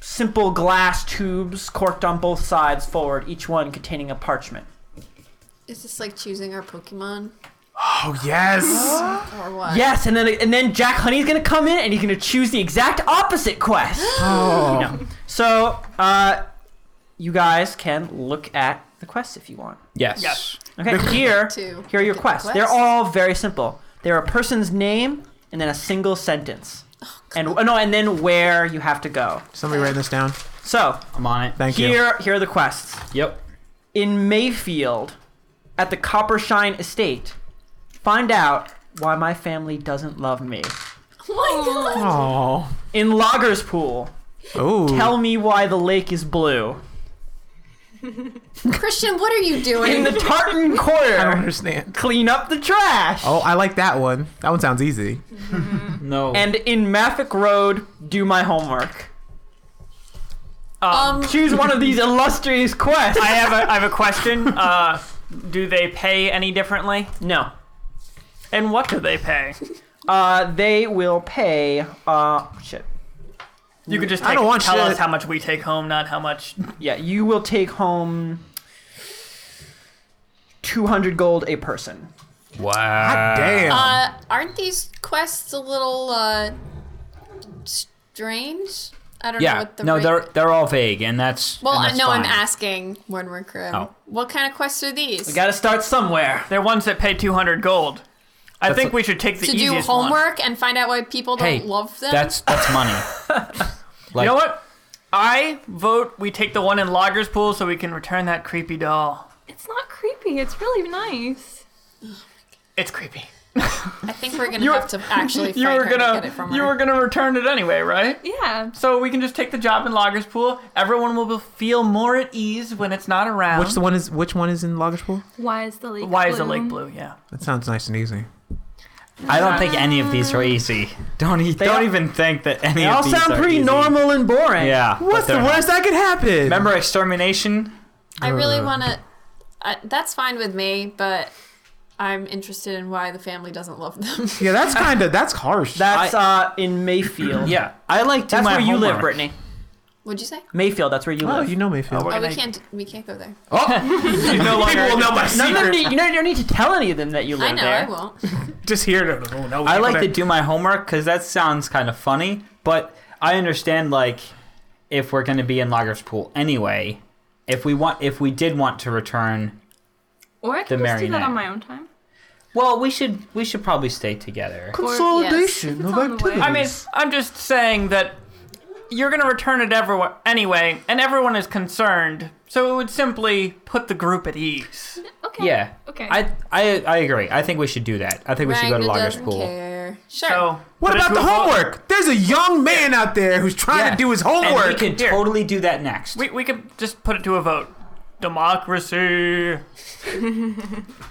Speaker 1: simple glass tubes corked on both sides forward, each one containing a parchment.
Speaker 4: Is this like choosing our Pokemon
Speaker 3: Oh yes.
Speaker 4: or what?
Speaker 1: Yes, and then and then Jack Honey's gonna come in and he's gonna choose the exact opposite quest. No. So uh, you guys can look at the quests if you want.
Speaker 8: Yes.
Speaker 5: Yes.
Speaker 1: Okay, here
Speaker 4: to
Speaker 1: here are your
Speaker 4: look at the
Speaker 1: quests. They're
Speaker 4: quests.
Speaker 1: all very simple. They're a person's name and then a single sentence, and oh, no, and then where you have to go.
Speaker 3: Somebody writing this down.
Speaker 1: So
Speaker 8: I'm on it.
Speaker 3: Thank you.
Speaker 1: here here are the quests.
Speaker 8: Yep.
Speaker 1: in Mayfield at the Coppershine Estate. Find out why my family doesn't love me.
Speaker 4: Oh my God.
Speaker 3: Oh.
Speaker 1: In Lagerspool,
Speaker 3: Ooh.
Speaker 1: tell me why the lake is blue.
Speaker 4: Christian, what are you
Speaker 1: In
Speaker 4: doing?
Speaker 1: the Tartan
Speaker 3: I don't
Speaker 1: Quarter,
Speaker 3: understand.
Speaker 1: clean up the trash.
Speaker 3: Oh, I like that one. That one sounds easy.
Speaker 8: No.
Speaker 1: And in Maffick Road, do my homework.
Speaker 4: um,
Speaker 1: Choose one of these illustrious quests.
Speaker 5: I have a I have a question. Uh, do they pay any differently?
Speaker 1: no.
Speaker 5: And what do they pay?
Speaker 1: Uh, they will pay. Uh, shit.
Speaker 5: You could just
Speaker 3: I
Speaker 5: take,
Speaker 3: don't want
Speaker 5: tell
Speaker 3: shit.
Speaker 5: us how much we take home, not how much.
Speaker 1: Yeah, you will take home 200 gold a person.
Speaker 8: wow.
Speaker 3: God damn.
Speaker 4: uh,
Speaker 8: Um,
Speaker 4: aren't these quests a little uh, strange? I don't know
Speaker 8: Yeah.
Speaker 4: what the
Speaker 8: No,
Speaker 4: right-
Speaker 8: they're they're all vague, and that's
Speaker 4: Well,
Speaker 8: and
Speaker 4: I
Speaker 8: that's
Speaker 4: no, I'm
Speaker 8: fine.
Speaker 4: asking Mortimer Krim.
Speaker 8: Oh.
Speaker 4: What kind of quests are these?
Speaker 1: We gotta start somewhere.
Speaker 5: They're ones that pay 200 gold. I think
Speaker 8: a-
Speaker 5: we should take the
Speaker 4: to do
Speaker 5: easiest one.
Speaker 4: homework and find out why people don't
Speaker 8: Hey,
Speaker 4: love them.
Speaker 8: that's that's money. like,
Speaker 5: You know what? I vote we take the one in Logger's Pool so we can return that creepy doll.
Speaker 7: It's not creepy. It's really nice.
Speaker 5: It's creepy.
Speaker 4: I think we're gonna
Speaker 5: You-
Speaker 4: have to actually find
Speaker 5: You were
Speaker 4: her and
Speaker 5: gonna,
Speaker 4: get it from
Speaker 5: you
Speaker 4: her.
Speaker 5: were gonna return it anyway, right?
Speaker 7: Yeah.
Speaker 5: So we can just take the job in Logger's Pool. Everyone will be- feel more at ease when it's not around.
Speaker 3: which the one is? Which one is in Lagerspool?
Speaker 7: Why is the lake?
Speaker 5: Why
Speaker 7: blue?
Speaker 5: is the lake blue? Yeah.
Speaker 3: That sounds nice and easy.
Speaker 8: I don't think any of these are easy. Don't e- don't
Speaker 1: all-
Speaker 8: even think that any
Speaker 1: They
Speaker 8: of
Speaker 1: all
Speaker 8: these
Speaker 1: sound
Speaker 8: are
Speaker 1: pretty
Speaker 8: easy.
Speaker 1: normal and boring.
Speaker 8: Yeah. but
Speaker 3: What's the
Speaker 8: they're not.
Speaker 3: worst that could happen?
Speaker 8: Remember extermination?
Speaker 4: I really wanna. I, that's fine with me, but I'm interested in why the family doesn't love them.
Speaker 3: Yeah, that's kind of that's harsh.
Speaker 1: That's uh in Mayfield.
Speaker 8: Yeah. I like to
Speaker 1: That's
Speaker 8: my
Speaker 1: where you live,
Speaker 8: homework.
Speaker 1: Brittany.
Speaker 4: What'd you say?
Speaker 1: Mayfield, that's where you
Speaker 3: oh,
Speaker 1: live.
Speaker 3: you know Mayfield.
Speaker 5: We're
Speaker 4: Oh, we
Speaker 5: gonna-
Speaker 4: can't. We can't go there.
Speaker 5: no longer.
Speaker 3: People will know
Speaker 1: None
Speaker 3: my
Speaker 1: of them
Speaker 3: secret.
Speaker 1: need, you don't you don't need to tell any of them that you live
Speaker 4: I know.
Speaker 1: there.
Speaker 4: I won't.
Speaker 3: Just here. it. Oh, no, we
Speaker 8: I
Speaker 3: can't
Speaker 8: like
Speaker 3: go
Speaker 8: to
Speaker 3: back.
Speaker 8: do my homework because that sounds kind of funny, but I understand like if we're going to be in Lager's pool anyway, if we want, if we did want to return,
Speaker 7: Or I can
Speaker 8: The
Speaker 7: just do that
Speaker 8: marionette.
Speaker 7: on my own time.
Speaker 8: well, we should we should probably stay together.
Speaker 3: Consolidation of
Speaker 7: Yes. It's on the way.
Speaker 3: activities.
Speaker 5: I mean, I'm just saying that you're gonna return it everyone anyway, and everyone is concerned. So it would simply put the group at ease.
Speaker 7: Okay.
Speaker 8: Yeah.
Speaker 7: Okay.
Speaker 8: I I I agree. I think we should do that. I think we should go to
Speaker 4: Ragnar
Speaker 8: Lager's
Speaker 4: doesn't
Speaker 8: pool.
Speaker 4: care. Sure.
Speaker 5: So
Speaker 3: What
Speaker 5: but
Speaker 3: about the
Speaker 5: it's revo-
Speaker 3: homework? There's a young man out there who's trying
Speaker 8: Yeah.
Speaker 3: to do his
Speaker 8: And we
Speaker 3: homework.
Speaker 8: can
Speaker 5: Here.
Speaker 8: totally do that next.
Speaker 5: We we could just put it to a vote. Democracy.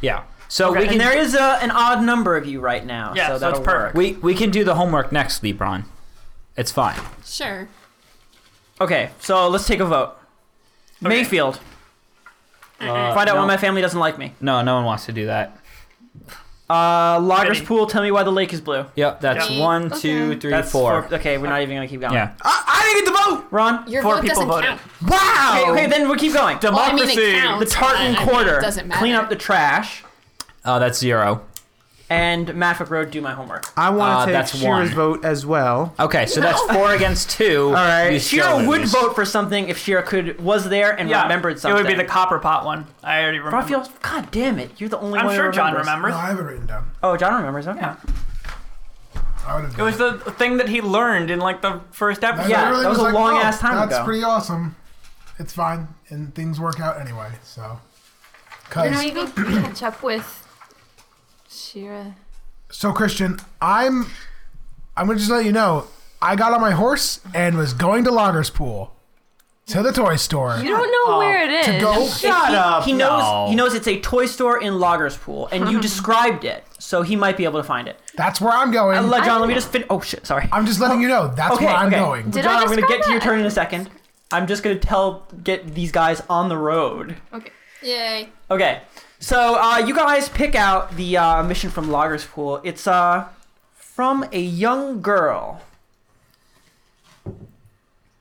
Speaker 8: yeah.
Speaker 1: So
Speaker 5: Okay.
Speaker 1: we can.
Speaker 5: And-
Speaker 1: There is a, an odd number of you right now. so
Speaker 5: Yeah, so it's
Speaker 1: that'll work.
Speaker 5: perfect.
Speaker 8: We we can do the homework next, Lebron. It's fine.
Speaker 4: Sure.
Speaker 1: Okay, so let's take a vote. Mayfield, Uh,
Speaker 5: Uh,
Speaker 1: find out
Speaker 8: no.
Speaker 1: why my family doesn't like me.
Speaker 8: No, no one wants to do that.
Speaker 1: Uh, Logger's
Speaker 5: Vinny.
Speaker 1: Pool, tell me why the lake is blue.
Speaker 8: Yep, that's
Speaker 4: Yeah.
Speaker 8: one,
Speaker 4: Okay.
Speaker 8: two, three, four.
Speaker 1: That's four- Okay, we're not even gonna keep going.
Speaker 8: Yeah.
Speaker 3: I, I didn't get to vote.
Speaker 1: Ron,
Speaker 4: Your
Speaker 5: Four
Speaker 4: vote
Speaker 5: people
Speaker 4: doesn't
Speaker 5: voted.
Speaker 4: count.
Speaker 3: Wow.
Speaker 1: Okay, okay, then we'll keep going.
Speaker 4: Well, I mean,
Speaker 5: Democracy.
Speaker 4: it counts,
Speaker 1: the tartan
Speaker 4: but, I mean,
Speaker 1: quarter.
Speaker 4: it doesn't matter.
Speaker 1: Clean up the trash.
Speaker 8: Oh, that's zero.
Speaker 1: And Maffick Road, do my homework.
Speaker 3: I
Speaker 8: Uh,
Speaker 3: want to
Speaker 8: that's
Speaker 3: take Shira's
Speaker 8: one.
Speaker 3: vote as well.
Speaker 8: Okay, so that's four against two. All
Speaker 3: right.
Speaker 1: Shira would vote for something if Shira could was there and
Speaker 5: Yeah,
Speaker 1: remembered something.
Speaker 5: It would be the copper pot one. I already remember.
Speaker 1: Raphael, God damn it! You're the only
Speaker 5: I'm
Speaker 1: one. who
Speaker 5: sure John
Speaker 1: remembers.
Speaker 5: remembers.
Speaker 6: No, I have it written down.
Speaker 1: Oh, John remembers. Okay.
Speaker 5: Yeah.
Speaker 6: I would have
Speaker 5: It was the thing that he learned in like the first episode.
Speaker 1: Yeah, that was a long-ass time
Speaker 6: oh, That's
Speaker 1: ago."
Speaker 6: pretty awesome. It's fine, and things work out anyway. So,
Speaker 7: We're not
Speaker 6: cause
Speaker 7: even gonna catch up with Shira.
Speaker 6: so Christian, I'm, I'm gonna just let you know, I got on my horse and was going to Logger's Pool, to the toy store.
Speaker 7: You don't know where it is.
Speaker 6: to go
Speaker 1: he, He knows.
Speaker 8: No.
Speaker 1: He knows it's a toy store in Logger's Pool, and you described it, so he might be able to find it.
Speaker 6: That's where I'm going.
Speaker 1: Uh, let- John, let me
Speaker 7: I-
Speaker 1: just fin Oh shit! Sorry.
Speaker 6: I'm just letting you know that's
Speaker 1: okay.
Speaker 6: where I'm
Speaker 1: okay.
Speaker 6: going.
Speaker 7: Did I
Speaker 1: John, I'm gonna
Speaker 7: describe
Speaker 1: get to your
Speaker 7: that?
Speaker 1: turn in a second. I'm just gonna tell get these guys on the road.
Speaker 7: Okay.
Speaker 4: Yay.
Speaker 1: Okay. So uh, you guys pick out the uh, mission from Logger's Pool. It's uh, from a young girl.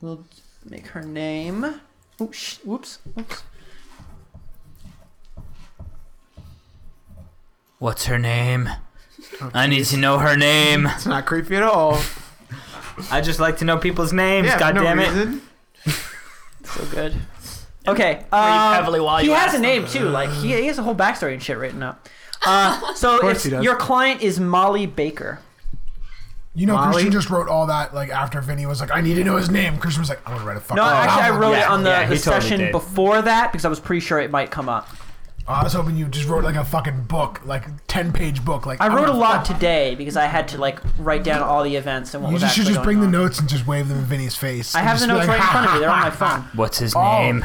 Speaker 1: We'll make her name. Oh, sh- whoops. Oops.
Speaker 8: What's her name? I need to know her name.
Speaker 3: It's not creepy at all.
Speaker 8: I just like to know people's names.
Speaker 3: Yeah,
Speaker 8: God
Speaker 3: for no
Speaker 8: damn it.
Speaker 3: reason.
Speaker 1: So good. Okay.
Speaker 5: Breathe
Speaker 1: Um,
Speaker 5: heavily while
Speaker 1: he
Speaker 5: you
Speaker 1: has
Speaker 5: ask
Speaker 1: a name too. Like he, he has a whole backstory and shit written up. Uh, so
Speaker 3: course
Speaker 1: it's,
Speaker 3: he does.
Speaker 1: your client is Molly Baker.
Speaker 6: You know,
Speaker 3: Molly?
Speaker 6: Christian just wrote all that like after Vinny was like, I need to know his name. Christian was like, I'm gonna write a fucking.
Speaker 1: No, actually, I
Speaker 6: novel."
Speaker 1: wrote it
Speaker 8: Oh, Yeah,
Speaker 1: on the,
Speaker 8: yeah,
Speaker 1: the
Speaker 8: he totally
Speaker 1: session
Speaker 8: did.
Speaker 1: before that because I was pretty sure it might come up.
Speaker 6: I was hoping you just wrote like a fucking book, like ten page book. Like
Speaker 1: I
Speaker 6: I'm
Speaker 1: wrote a
Speaker 6: gonna
Speaker 1: lot
Speaker 6: fuck-
Speaker 1: today because I had to like write down all the events and what
Speaker 6: You
Speaker 1: was
Speaker 6: just should
Speaker 1: actually
Speaker 6: just bring
Speaker 1: going
Speaker 6: the
Speaker 1: on.
Speaker 6: notes and just wave them in Vinny's face.
Speaker 1: I
Speaker 6: and
Speaker 1: have
Speaker 6: just
Speaker 1: the
Speaker 6: be
Speaker 1: notes
Speaker 6: like,
Speaker 1: right in front of me. They're on my
Speaker 6: "Ha, ha, ha."
Speaker 1: phone.
Speaker 8: What's his
Speaker 6: Oh.
Speaker 8: name?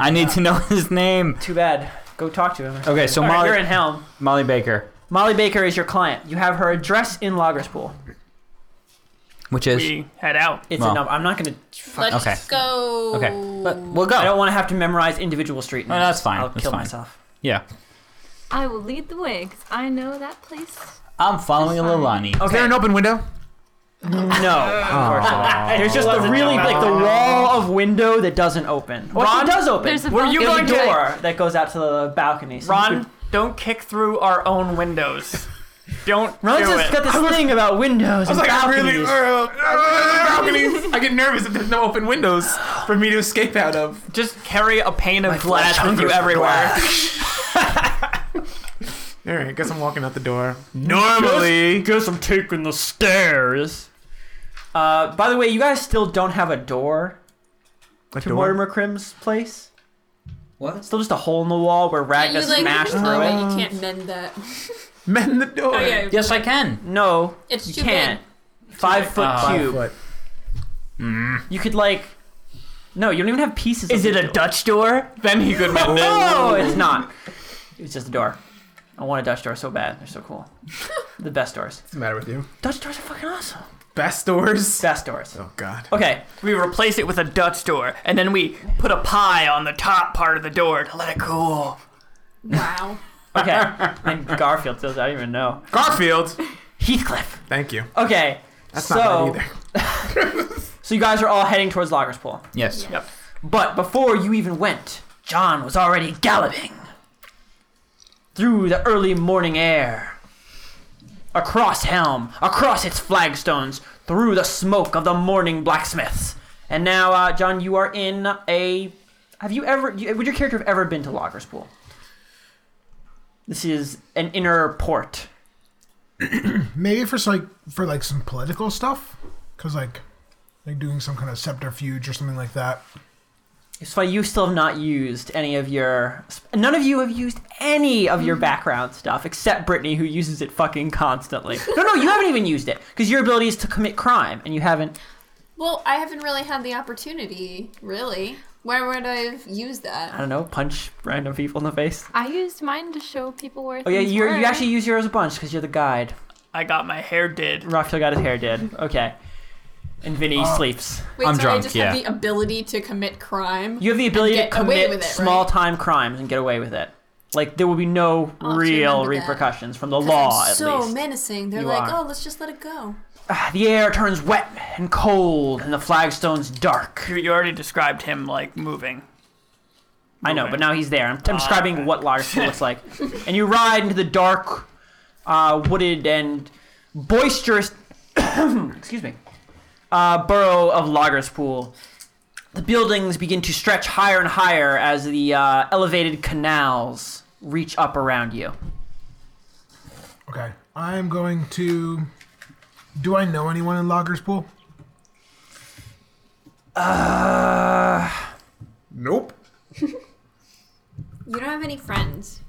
Speaker 8: I need to know his name.
Speaker 1: Too bad. Go talk to him. Or
Speaker 8: Okay, so
Speaker 1: All right,
Speaker 8: Molly-
Speaker 1: you're in Helm.
Speaker 8: Molly Baker,
Speaker 1: Molly Baker is your client. You have her address in Loggerspool.
Speaker 8: which is
Speaker 5: We head out.
Speaker 1: It's
Speaker 8: Well.
Speaker 1: a number. I'm not gonna. Fuck.
Speaker 4: Let's
Speaker 8: Okay.
Speaker 4: go.
Speaker 8: okay. But we'll go.
Speaker 1: I don't want to have to memorize individual street names.
Speaker 8: that's fine,
Speaker 1: I'll
Speaker 8: that's
Speaker 1: kill
Speaker 8: fine.
Speaker 1: myself.
Speaker 8: yeah,
Speaker 7: I will lead the way 'cause I know that place.
Speaker 8: I'm following
Speaker 7: That's fine.
Speaker 8: Lilani.
Speaker 3: Is there an open window?
Speaker 1: No, unfortunately. There's just the really like the wall of window that doesn't open. Well,
Speaker 5: Ron,
Speaker 1: it does open.
Speaker 7: There's a
Speaker 5: Were you
Speaker 1: There's
Speaker 7: balcony.
Speaker 1: a
Speaker 5: going to-
Speaker 1: door that goes out to the balcony. So you
Speaker 5: Ron,
Speaker 1: could-
Speaker 5: don't kick through our own windows. Don't
Speaker 1: Ron's
Speaker 5: do
Speaker 1: just
Speaker 5: it.
Speaker 1: got this thing about windows and
Speaker 3: It's like I really.
Speaker 1: balconies.
Speaker 3: Uh, uh, balconies. I get nervous if there's no open windows for me to escape out of.
Speaker 5: Just carry a pane of glass
Speaker 3: chunk
Speaker 5: with you
Speaker 3: of
Speaker 5: everywhere.
Speaker 3: All right, guess I'm walking out the door. Normally,
Speaker 1: guess I'm taking the stairs. Uh, by the way, you guys still don't have a door to Mortimer Crim's place.
Speaker 8: What?
Speaker 1: Still just a hole in the wall where Ragna
Speaker 4: you, like,
Speaker 1: smashed
Speaker 4: oh,
Speaker 1: through
Speaker 4: wait,
Speaker 1: it.
Speaker 4: you can't mend that.
Speaker 3: mend the
Speaker 1: Oh,
Speaker 3: door.
Speaker 4: Okay.
Speaker 8: Yes, I can.
Speaker 1: No,
Speaker 4: It's
Speaker 1: you
Speaker 4: too
Speaker 1: can't. Five foot
Speaker 8: Ah. Five
Speaker 1: cube. You could like. No, you don't even have pieces.
Speaker 5: Is
Speaker 1: of
Speaker 5: it
Speaker 1: the
Speaker 5: a
Speaker 1: door.
Speaker 5: Dutch door? Then he could move.
Speaker 1: No, Oh, it's not. It's just a door. I want a Dutch door so bad. They're so cool. the best doors.
Speaker 3: What's the matter with you?
Speaker 1: Dutch doors are fucking awesome.
Speaker 3: Best doors.
Speaker 1: Best doors.
Speaker 3: Oh God.
Speaker 1: Okay,
Speaker 5: We replace it with a Dutch door, and then we put a pie on the top part of the door to let it cool.
Speaker 4: big. Wow.
Speaker 1: okay. and Garfield does. I don't even know.
Speaker 3: Garfield.
Speaker 1: Heathcliff.
Speaker 3: Thank you.
Speaker 1: Okay.
Speaker 3: That's
Speaker 1: so,
Speaker 3: not bad either.
Speaker 1: so you guys are all heading towards Logger's Pool.
Speaker 8: Yes.
Speaker 1: But before you even went, John was already galloping through the early morning air, across Helm, across its flagstones, through the smoke of the morning blacksmiths. And now, uh, John, you are in a. Have you ever? you- Would your character have ever been to Logger's Pool? This is an inner port.
Speaker 6: Maybe for like for like some political stuff, because like like doing some kind of subterfuge or something like that.
Speaker 1: It's funny you still have not used any of your. None of you have used any of
Speaker 4: Mm.
Speaker 1: your background stuff except Brittany, who uses it fucking constantly. no, no, you haven't even used it because your ability is to commit crime, and you haven't.
Speaker 4: Well, I haven't really had the opportunity, really. Where would I have used
Speaker 1: I
Speaker 4: that?
Speaker 1: don't know, punch random people in the face.
Speaker 7: I used mine to show people where.
Speaker 1: Oh yeah,
Speaker 7: things
Speaker 1: you
Speaker 7: were.
Speaker 1: you actually use yours a bunch because you're the guide.
Speaker 5: I got my hair did.
Speaker 1: Raphael got his hair did. Okay, and Vinny
Speaker 4: Oh.
Speaker 1: sleeps.
Speaker 4: Wait,
Speaker 8: I'm
Speaker 4: so I
Speaker 8: drunk,
Speaker 4: just
Speaker 8: yeah.
Speaker 4: have the ability to commit crime.
Speaker 1: You have the ability
Speaker 4: And
Speaker 1: to
Speaker 4: get away
Speaker 1: commit
Speaker 4: with it, right?
Speaker 1: small time crimes and get away with it. Like there will be no
Speaker 4: I'll have to
Speaker 1: real
Speaker 4: Oh, remember that.
Speaker 1: repercussions from the
Speaker 4: 'Cause I'm
Speaker 1: law, at
Speaker 4: so
Speaker 1: least.
Speaker 4: menacing. They're
Speaker 1: You
Speaker 4: like,
Speaker 1: are.
Speaker 4: oh, let's just let it go.
Speaker 1: Ah, the air turns wet and cold, and the flagstones dark.
Speaker 5: You, you already described him like moving.
Speaker 1: I know,
Speaker 5: Okay.
Speaker 1: but now he's there. I'm,
Speaker 5: Ah.
Speaker 1: I'm describing what Larson looks like. And you ride into the dark, uh, wooded, and boisterous, excuse me, uh, borough of Lagerspool. The buildings begin to stretch higher and higher as the uh, elevated canals reach up around you.
Speaker 6: Okay, I'm going to. Do I know anyone in Lagerspool?
Speaker 3: Nope.
Speaker 4: You don't have any friends.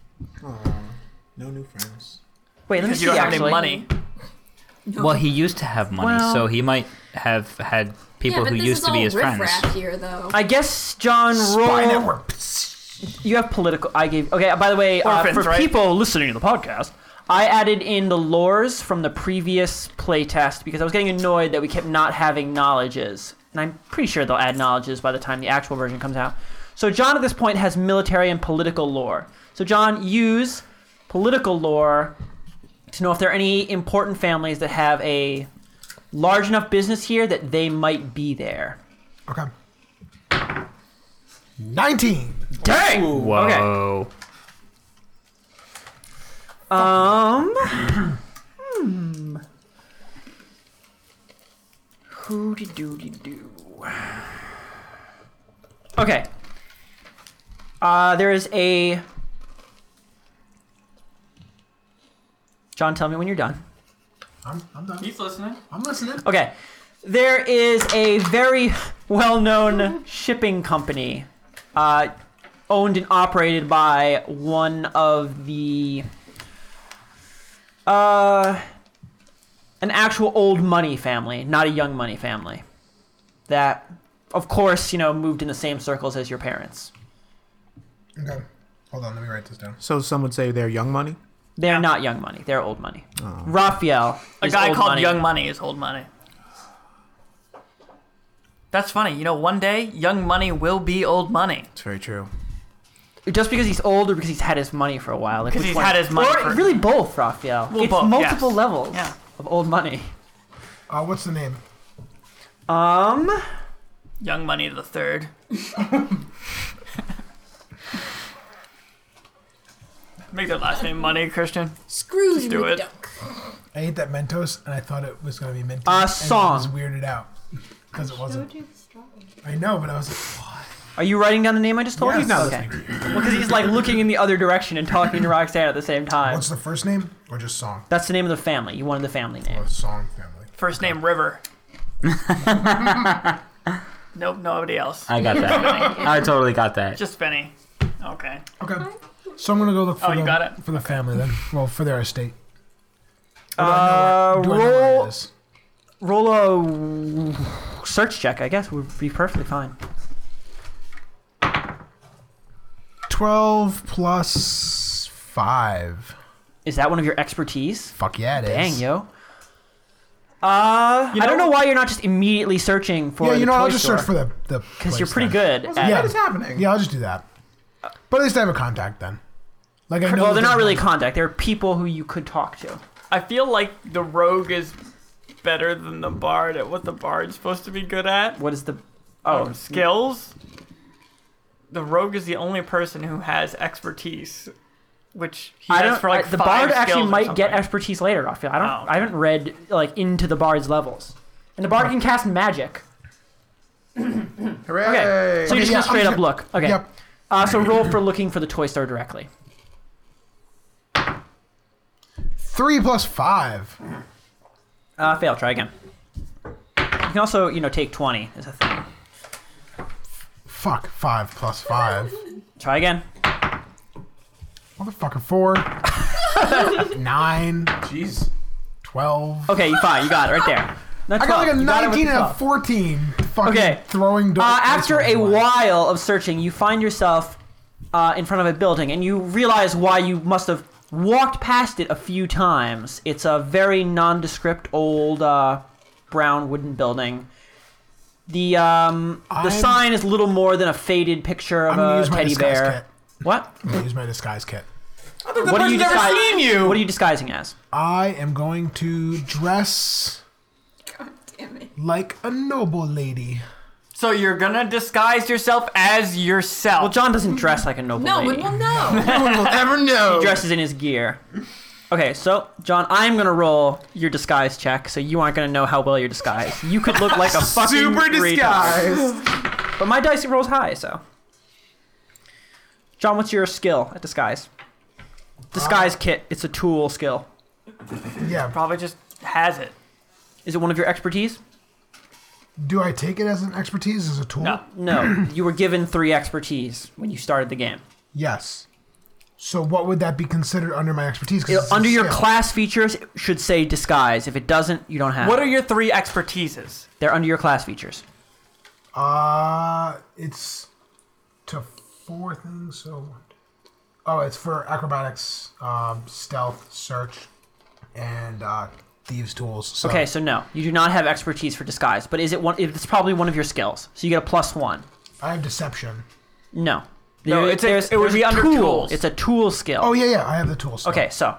Speaker 3: No new friends.
Speaker 1: Wait, let me
Speaker 5: Because
Speaker 1: see.
Speaker 5: you don't have
Speaker 1: actually,
Speaker 5: any money.
Speaker 8: Well, he used to have money,
Speaker 1: Well-
Speaker 8: so he might have had
Speaker 4: Yeah,
Speaker 8: people
Speaker 4: but
Speaker 8: who
Speaker 4: this
Speaker 8: used
Speaker 4: is
Speaker 8: to
Speaker 4: all
Speaker 8: be his friends.
Speaker 4: riffraff here, though.
Speaker 1: I guess John roll. You have political. I gave. Okay. By the way, uh,
Speaker 5: Orphans,
Speaker 1: for
Speaker 5: right?
Speaker 1: people listening to the podcast, I added in the lores from the previous playtest because I was getting annoyed that we kept not having knowledges, and I'm pretty sure they'll add knowledges by the time the actual version comes out. So John at this point has military and political lore. So John, use political lore to know if there are any important families that have a large enough business here that they might be there.
Speaker 6: Okay. 19.
Speaker 1: Dang.
Speaker 8: Whoa.
Speaker 1: Um. hmm. Hooty doody doo. Okay. Uh, there is a. John, tell me when you're done.
Speaker 6: I'm, I'm done.
Speaker 5: He's listening.
Speaker 6: I'm listening.
Speaker 1: Okay. There is a very well known shipping company uh, owned and operated by one of the. Uh, an actual old money family, not a young money family. That, of course, you know, moved in the same circles as your parents.
Speaker 6: Okay. Hold on, let me write this down.
Speaker 3: So some would say they're young money.
Speaker 1: They're not young money, they're old money. Raphael.
Speaker 5: Oh. A
Speaker 1: is
Speaker 5: guy
Speaker 1: old
Speaker 5: called
Speaker 1: money.
Speaker 5: Young Money is old money. That's funny. You know, one day Young Money will be old money.
Speaker 3: It's very true.
Speaker 1: Just because he's old or because he's had his money for a while? Because
Speaker 5: he's had his money
Speaker 1: Or
Speaker 5: for-
Speaker 1: really both, Raphael.
Speaker 5: Well,
Speaker 1: it's
Speaker 5: both,
Speaker 1: multiple
Speaker 5: yes.
Speaker 1: levels
Speaker 5: Yeah.
Speaker 1: of old money.
Speaker 6: Uh, what's the name?
Speaker 1: Um,
Speaker 5: Young Money the third. Make their last name Money, Christian.
Speaker 4: Screw you,
Speaker 5: do it.
Speaker 4: McDuck.
Speaker 6: I ate that Mentos and I thought it was going to be Mentos.
Speaker 1: Uh,
Speaker 6: and
Speaker 1: song.
Speaker 6: I was weirded out because it wasn't. I know, but I was like, what?
Speaker 1: are you writing down the name I just told you?
Speaker 6: Yes. He's not
Speaker 1: okay. because he's like looking in the other direction and talking to Roxanne at the same time.
Speaker 6: What's the first name or just song?
Speaker 1: That's the name of the family. You wanted the family name.
Speaker 6: Oh, song family.
Speaker 5: First name River. nope, nobody else.
Speaker 8: I got that. I totally got that.
Speaker 5: Just Benny. Okay.
Speaker 6: Okay. So I'm going to go look for,
Speaker 5: Oh, you
Speaker 6: the,
Speaker 5: got it?
Speaker 6: for the family then. Well, for their estate. Or do
Speaker 1: Uh,
Speaker 6: I know where- do I know where it
Speaker 1: roll,
Speaker 6: is?
Speaker 1: roll a search check, I guess, would be perfectly fine.
Speaker 6: 12 plus 5.
Speaker 1: Is that one of your expertise?
Speaker 6: Fuck yeah, it is.
Speaker 1: Dang, yo. Uh, I don't know why you're not just immediately searching for.
Speaker 6: Yeah, you
Speaker 1: the
Speaker 6: know,
Speaker 1: toy
Speaker 6: I'll just
Speaker 1: store.
Speaker 6: search for the. Because
Speaker 1: Because you're pretty good. At,
Speaker 6: Yeah.
Speaker 3: What is happening?
Speaker 6: Yeah, I'll just do that. But at least I have a contact then. Like I know.
Speaker 1: Well, they're
Speaker 6: that
Speaker 1: not really contact. They're people who you could talk to.
Speaker 5: I feel like the rogue is better than the bard at what the bard's supposed to be good at.
Speaker 1: What is the? Oh,
Speaker 5: Skills. The rogue is the only person who has expertise, which he
Speaker 1: I
Speaker 5: has
Speaker 1: don't.
Speaker 5: for like
Speaker 1: I- the
Speaker 5: five
Speaker 1: bard actually
Speaker 5: skills or
Speaker 1: might get
Speaker 5: something.
Speaker 1: expertise later. I feel. I don't.
Speaker 5: Oh.
Speaker 1: I haven't read like into the bard's levels, and the bard can cast magic.
Speaker 3: Hooray!
Speaker 1: Okay, so you're just
Speaker 6: yeah,
Speaker 1: gonna straight up
Speaker 6: I'm just-
Speaker 1: look. Okay.
Speaker 6: Yep.
Speaker 1: Uh, so roll for looking for the toy store directly.
Speaker 6: Three plus five.
Speaker 1: Uh, fail. Try again. You can also, you know, take twenty as a thing.
Speaker 6: Fuck. Five plus five.
Speaker 1: Try again.
Speaker 6: Motherfucker, four, nine,
Speaker 3: Jeez.
Speaker 6: 12.
Speaker 1: Okay, you fine. You got it right there. No,
Speaker 6: I got
Speaker 1: 12.
Speaker 6: like a
Speaker 1: Oh, You got it with
Speaker 6: 19
Speaker 1: the
Speaker 6: and a
Speaker 1: 12.
Speaker 6: 14. Fucking
Speaker 1: Okay.
Speaker 6: throwing dark
Speaker 1: Uh,
Speaker 6: dice
Speaker 1: after a
Speaker 6: rolls.
Speaker 1: while of searching, you find yourself uh, in front of a building, and you realize why you must have walked past it a few times. It's a very nondescript old uh, brown wooden building. The um, the
Speaker 6: I'm-
Speaker 1: sign is little more than a faded picture of
Speaker 6: I'm gonna
Speaker 1: a
Speaker 6: use my
Speaker 1: teddy
Speaker 6: disguise
Speaker 1: bear. What?
Speaker 6: kit. I'm gonna use my disguise kit.
Speaker 3: The
Speaker 1: What are you
Speaker 3: person's never
Speaker 1: disguise-
Speaker 3: seen you.
Speaker 1: What are you disguising as?
Speaker 6: I am going to dress
Speaker 4: God damn it.
Speaker 6: like a noble lady.
Speaker 5: So you're gonna disguise yourself as yourself.
Speaker 1: Well, John doesn't dress like a noble
Speaker 4: No
Speaker 1: lady.
Speaker 4: one will know.
Speaker 3: No one will ever know.
Speaker 1: dresses in his gear. Okay, so John, I'm gonna roll your disguise check, so you aren't gonna know how well you're disguised. You could look like a fucking
Speaker 3: Super
Speaker 1: retard.
Speaker 3: disguised.
Speaker 1: but my dice rolls high, so. John, what's your skill at disguise? Disguise kit. It's a tool skill.
Speaker 6: Yeah.
Speaker 5: probably just has it.
Speaker 1: Is it one of your expertise?
Speaker 6: Do I take it as an expertise, as a tool?
Speaker 5: No.
Speaker 1: No, you were given three expertise when you started the game.
Speaker 6: Yes. So what would that be considered under my expertise? 'Cause
Speaker 1: It-
Speaker 6: it's a
Speaker 1: under your
Speaker 6: skill.
Speaker 1: class features, it should say disguise. If it doesn't, you don't have.
Speaker 5: What
Speaker 1: it.
Speaker 5: are your three expertises?
Speaker 1: They're under your class features.
Speaker 6: Uh, it's to four things. So, oh, it's for acrobatics, um, stealth, search, and uh, thieves' tools. So
Speaker 1: Okay, so no, you do not have expertise for disguise, but is it one? It's probably one of your skills, so you get a plus one.
Speaker 6: I have deception.
Speaker 1: No,
Speaker 5: No,
Speaker 1: There-
Speaker 5: it's a-
Speaker 1: there's-
Speaker 5: it would
Speaker 1: there's
Speaker 5: be
Speaker 1: a
Speaker 5: under
Speaker 1: tool.
Speaker 5: tools.
Speaker 1: It's a tool skill.
Speaker 6: Oh yeah, yeah, I have the tools.
Speaker 1: Okay, so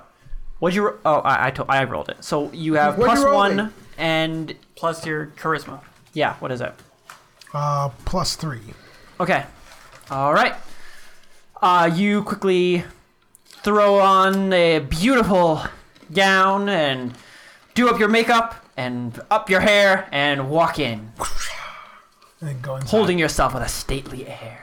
Speaker 1: what you? ro- Oh, I I, to, I rolled it. So you have
Speaker 6: What'd
Speaker 1: plus
Speaker 6: you roll it?
Speaker 1: one and
Speaker 5: Plus your charisma.
Speaker 1: yeah, what is it?
Speaker 6: Uh, plus three.
Speaker 1: Okay, all right. Uh, you quickly throw on a beautiful gown and do up your makeup and up your hair and walk in,
Speaker 6: And then go inside.
Speaker 1: holding yourself with a stately air.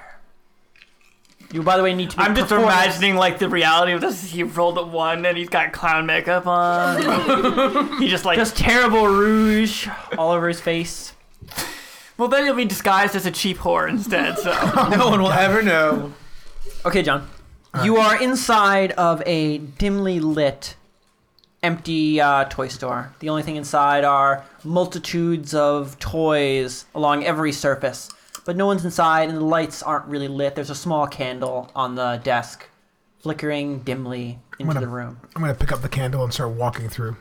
Speaker 1: You, by the way, need to. Be
Speaker 5: I'm just
Speaker 1: performing-
Speaker 5: imagining like the reality of this. He rolled a one and he's got clown makeup on. he just like
Speaker 1: Just terrible rouge all over his face.
Speaker 5: well then you'll be disguised as a cheap whore instead. So
Speaker 3: No one will ever know.
Speaker 1: Okay, John. You are inside of a dimly lit, empty uh, toy store. The only thing inside are multitudes of toys along every surface, but no one's inside, and the lights aren't really lit. There's a small candle on the desk, flickering dimly into
Speaker 6: gonna-
Speaker 1: the room.
Speaker 6: I'm gonna pick up the candle and start walking through.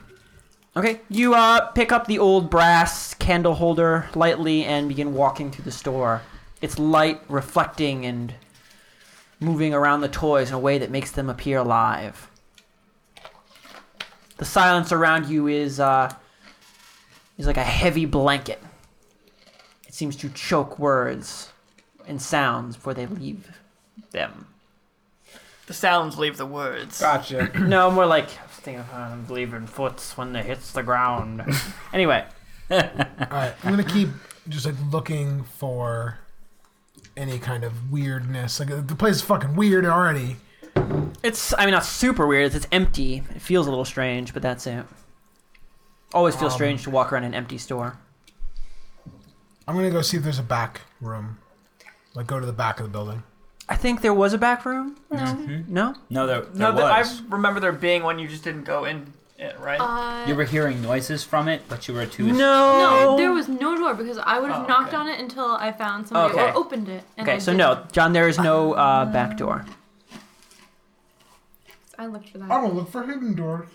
Speaker 1: Okay, you uh, pick up the old brass candle holder lightly and begin walking through the store. Its light reflecting and moving around the toys in a way that makes them appear alive. The silence around you is uh, is like a heavy blanket. It seems to choke words and sounds before they leave them.
Speaker 5: the sounds leave the words.
Speaker 3: Gotcha.
Speaker 1: No, more like I was thinking of um, believing foots when they hits the ground. anyway.
Speaker 6: All right, I'm gonna keep just like looking for any kind of weirdness. Like the place is fucking weird already.
Speaker 1: It's, I mean, not super weird. It's, it's empty. It feels a little strange, but that's it. Always feels strange to walk around an empty store.
Speaker 6: I'm gonna go see if there's a back room. Like go to the back of the building.
Speaker 1: I think there was a back room. No. No?
Speaker 8: No, there, there
Speaker 5: No, th- I
Speaker 8: was.
Speaker 5: remember there being one you just didn't go in it, right?
Speaker 7: Uh,
Speaker 8: You were hearing noises from it, but you were too.
Speaker 1: No.
Speaker 7: No, there was no door because I would have
Speaker 5: Oh,
Speaker 7: knocked
Speaker 5: okay.
Speaker 7: on it until I found somebody
Speaker 1: Okay.
Speaker 7: or opened it. And I
Speaker 1: Okay, so
Speaker 7: didn't.
Speaker 1: no, John, there is no uh, back door.
Speaker 7: I looked for that.
Speaker 6: I'm gonna look for hidden doors.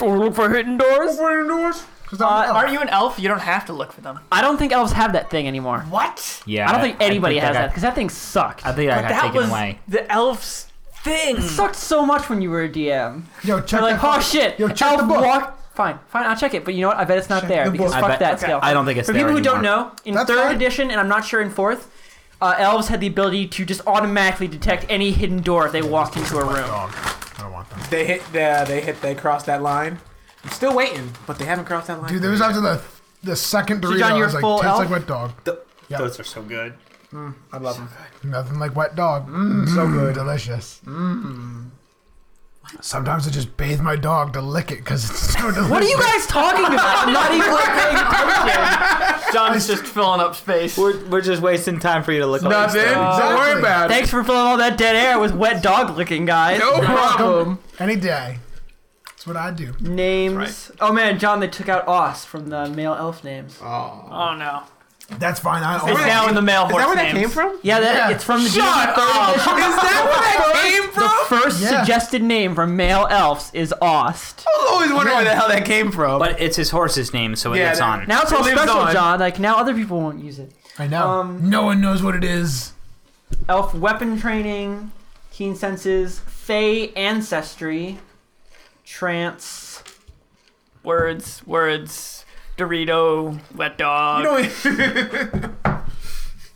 Speaker 1: Look for hidden doors?
Speaker 6: For hidden doors? Because I'm
Speaker 1: Uh,
Speaker 6: an elf.
Speaker 5: Aren't you an elf? You don't have to look for them.
Speaker 1: I don't think elves have that thing anymore.
Speaker 5: What?
Speaker 8: Yeah,
Speaker 1: I don't think anybody
Speaker 8: think
Speaker 1: has
Speaker 8: I
Speaker 1: that
Speaker 8: got-
Speaker 1: because that thing sucked.
Speaker 8: I think I got
Speaker 5: That
Speaker 8: taken
Speaker 5: was
Speaker 8: away.
Speaker 5: the elf's thing.
Speaker 1: it sucked so much when you were a DM.
Speaker 6: Yo, check
Speaker 1: You're like,
Speaker 6: that
Speaker 1: oh
Speaker 6: fuck-
Speaker 1: shit,
Speaker 6: Yo, check
Speaker 1: elf
Speaker 6: the book.
Speaker 1: walk. Fine, fine, I'll check it. But you know what? I bet it's not
Speaker 6: Check
Speaker 1: there
Speaker 6: the
Speaker 1: because
Speaker 6: book.
Speaker 1: fuck
Speaker 8: I bet-
Speaker 1: that
Speaker 8: okay.
Speaker 1: skill.
Speaker 8: I don't think it's
Speaker 1: For
Speaker 8: there
Speaker 1: people who don't
Speaker 8: anymore.
Speaker 1: know, in
Speaker 6: That's
Speaker 1: third
Speaker 6: fine.
Speaker 1: edition, and I'm not sure in fourth, uh, elves had the ability to just automatically detect any hidden door if they walked into a room.
Speaker 6: Dog. I don't want them.
Speaker 3: They hit. The, they hit. They crossed that line. I'm still waiting, but they haven't crossed that line.
Speaker 6: Dude, there was after the the second Dorito.
Speaker 1: John,
Speaker 6: I
Speaker 1: you're
Speaker 6: was like,
Speaker 1: full
Speaker 6: tastes
Speaker 1: elf?
Speaker 6: like wet dog. Yeah.
Speaker 8: Those are so good.
Speaker 3: I love them.
Speaker 1: Mm.
Speaker 6: Mm. Nothing like wet dog. Mm, so good, delicious. Sometimes I just bathe my dog to lick it because it's so delicious.
Speaker 1: What are you guys talking about? I'm not even like, paying attention.
Speaker 5: John's just filling up space.
Speaker 8: We're, we're just wasting time for you to look up.
Speaker 3: Nothing. Don't worry about it.
Speaker 1: Thanks for filling all that dead air with wet dog licking, guys.
Speaker 3: No problem.
Speaker 6: Any day. That's what I do.
Speaker 1: Names. Oh man, John, they took out Oss from the male elf names.
Speaker 5: Oh no.
Speaker 6: That's fine. I
Speaker 5: It's
Speaker 6: own it.
Speaker 5: now in the male
Speaker 3: Is
Speaker 5: horse
Speaker 3: that where that
Speaker 5: names.
Speaker 3: came from? Is
Speaker 1: Yeah, that,
Speaker 6: Yeah.
Speaker 1: it's from the
Speaker 5: Shut
Speaker 1: D&D 30
Speaker 5: up!
Speaker 1: edition.
Speaker 3: that where that came from?
Speaker 1: The first
Speaker 6: Yeah.
Speaker 1: suggested name for male elves is Ost.
Speaker 3: I was always wondering where the hell that came from.
Speaker 8: But it's his horse's name, so it
Speaker 3: Yeah,
Speaker 8: lives
Speaker 3: that-
Speaker 8: on.
Speaker 1: Now it's all
Speaker 3: It lives
Speaker 1: special,
Speaker 3: on.
Speaker 1: John. Like now other people won't use it.
Speaker 6: I know.
Speaker 1: Um,
Speaker 6: no one knows what it is.
Speaker 1: Elf weapon training, keen senses, fey ancestry, trance.
Speaker 5: Words, words. Dorito, wet dog.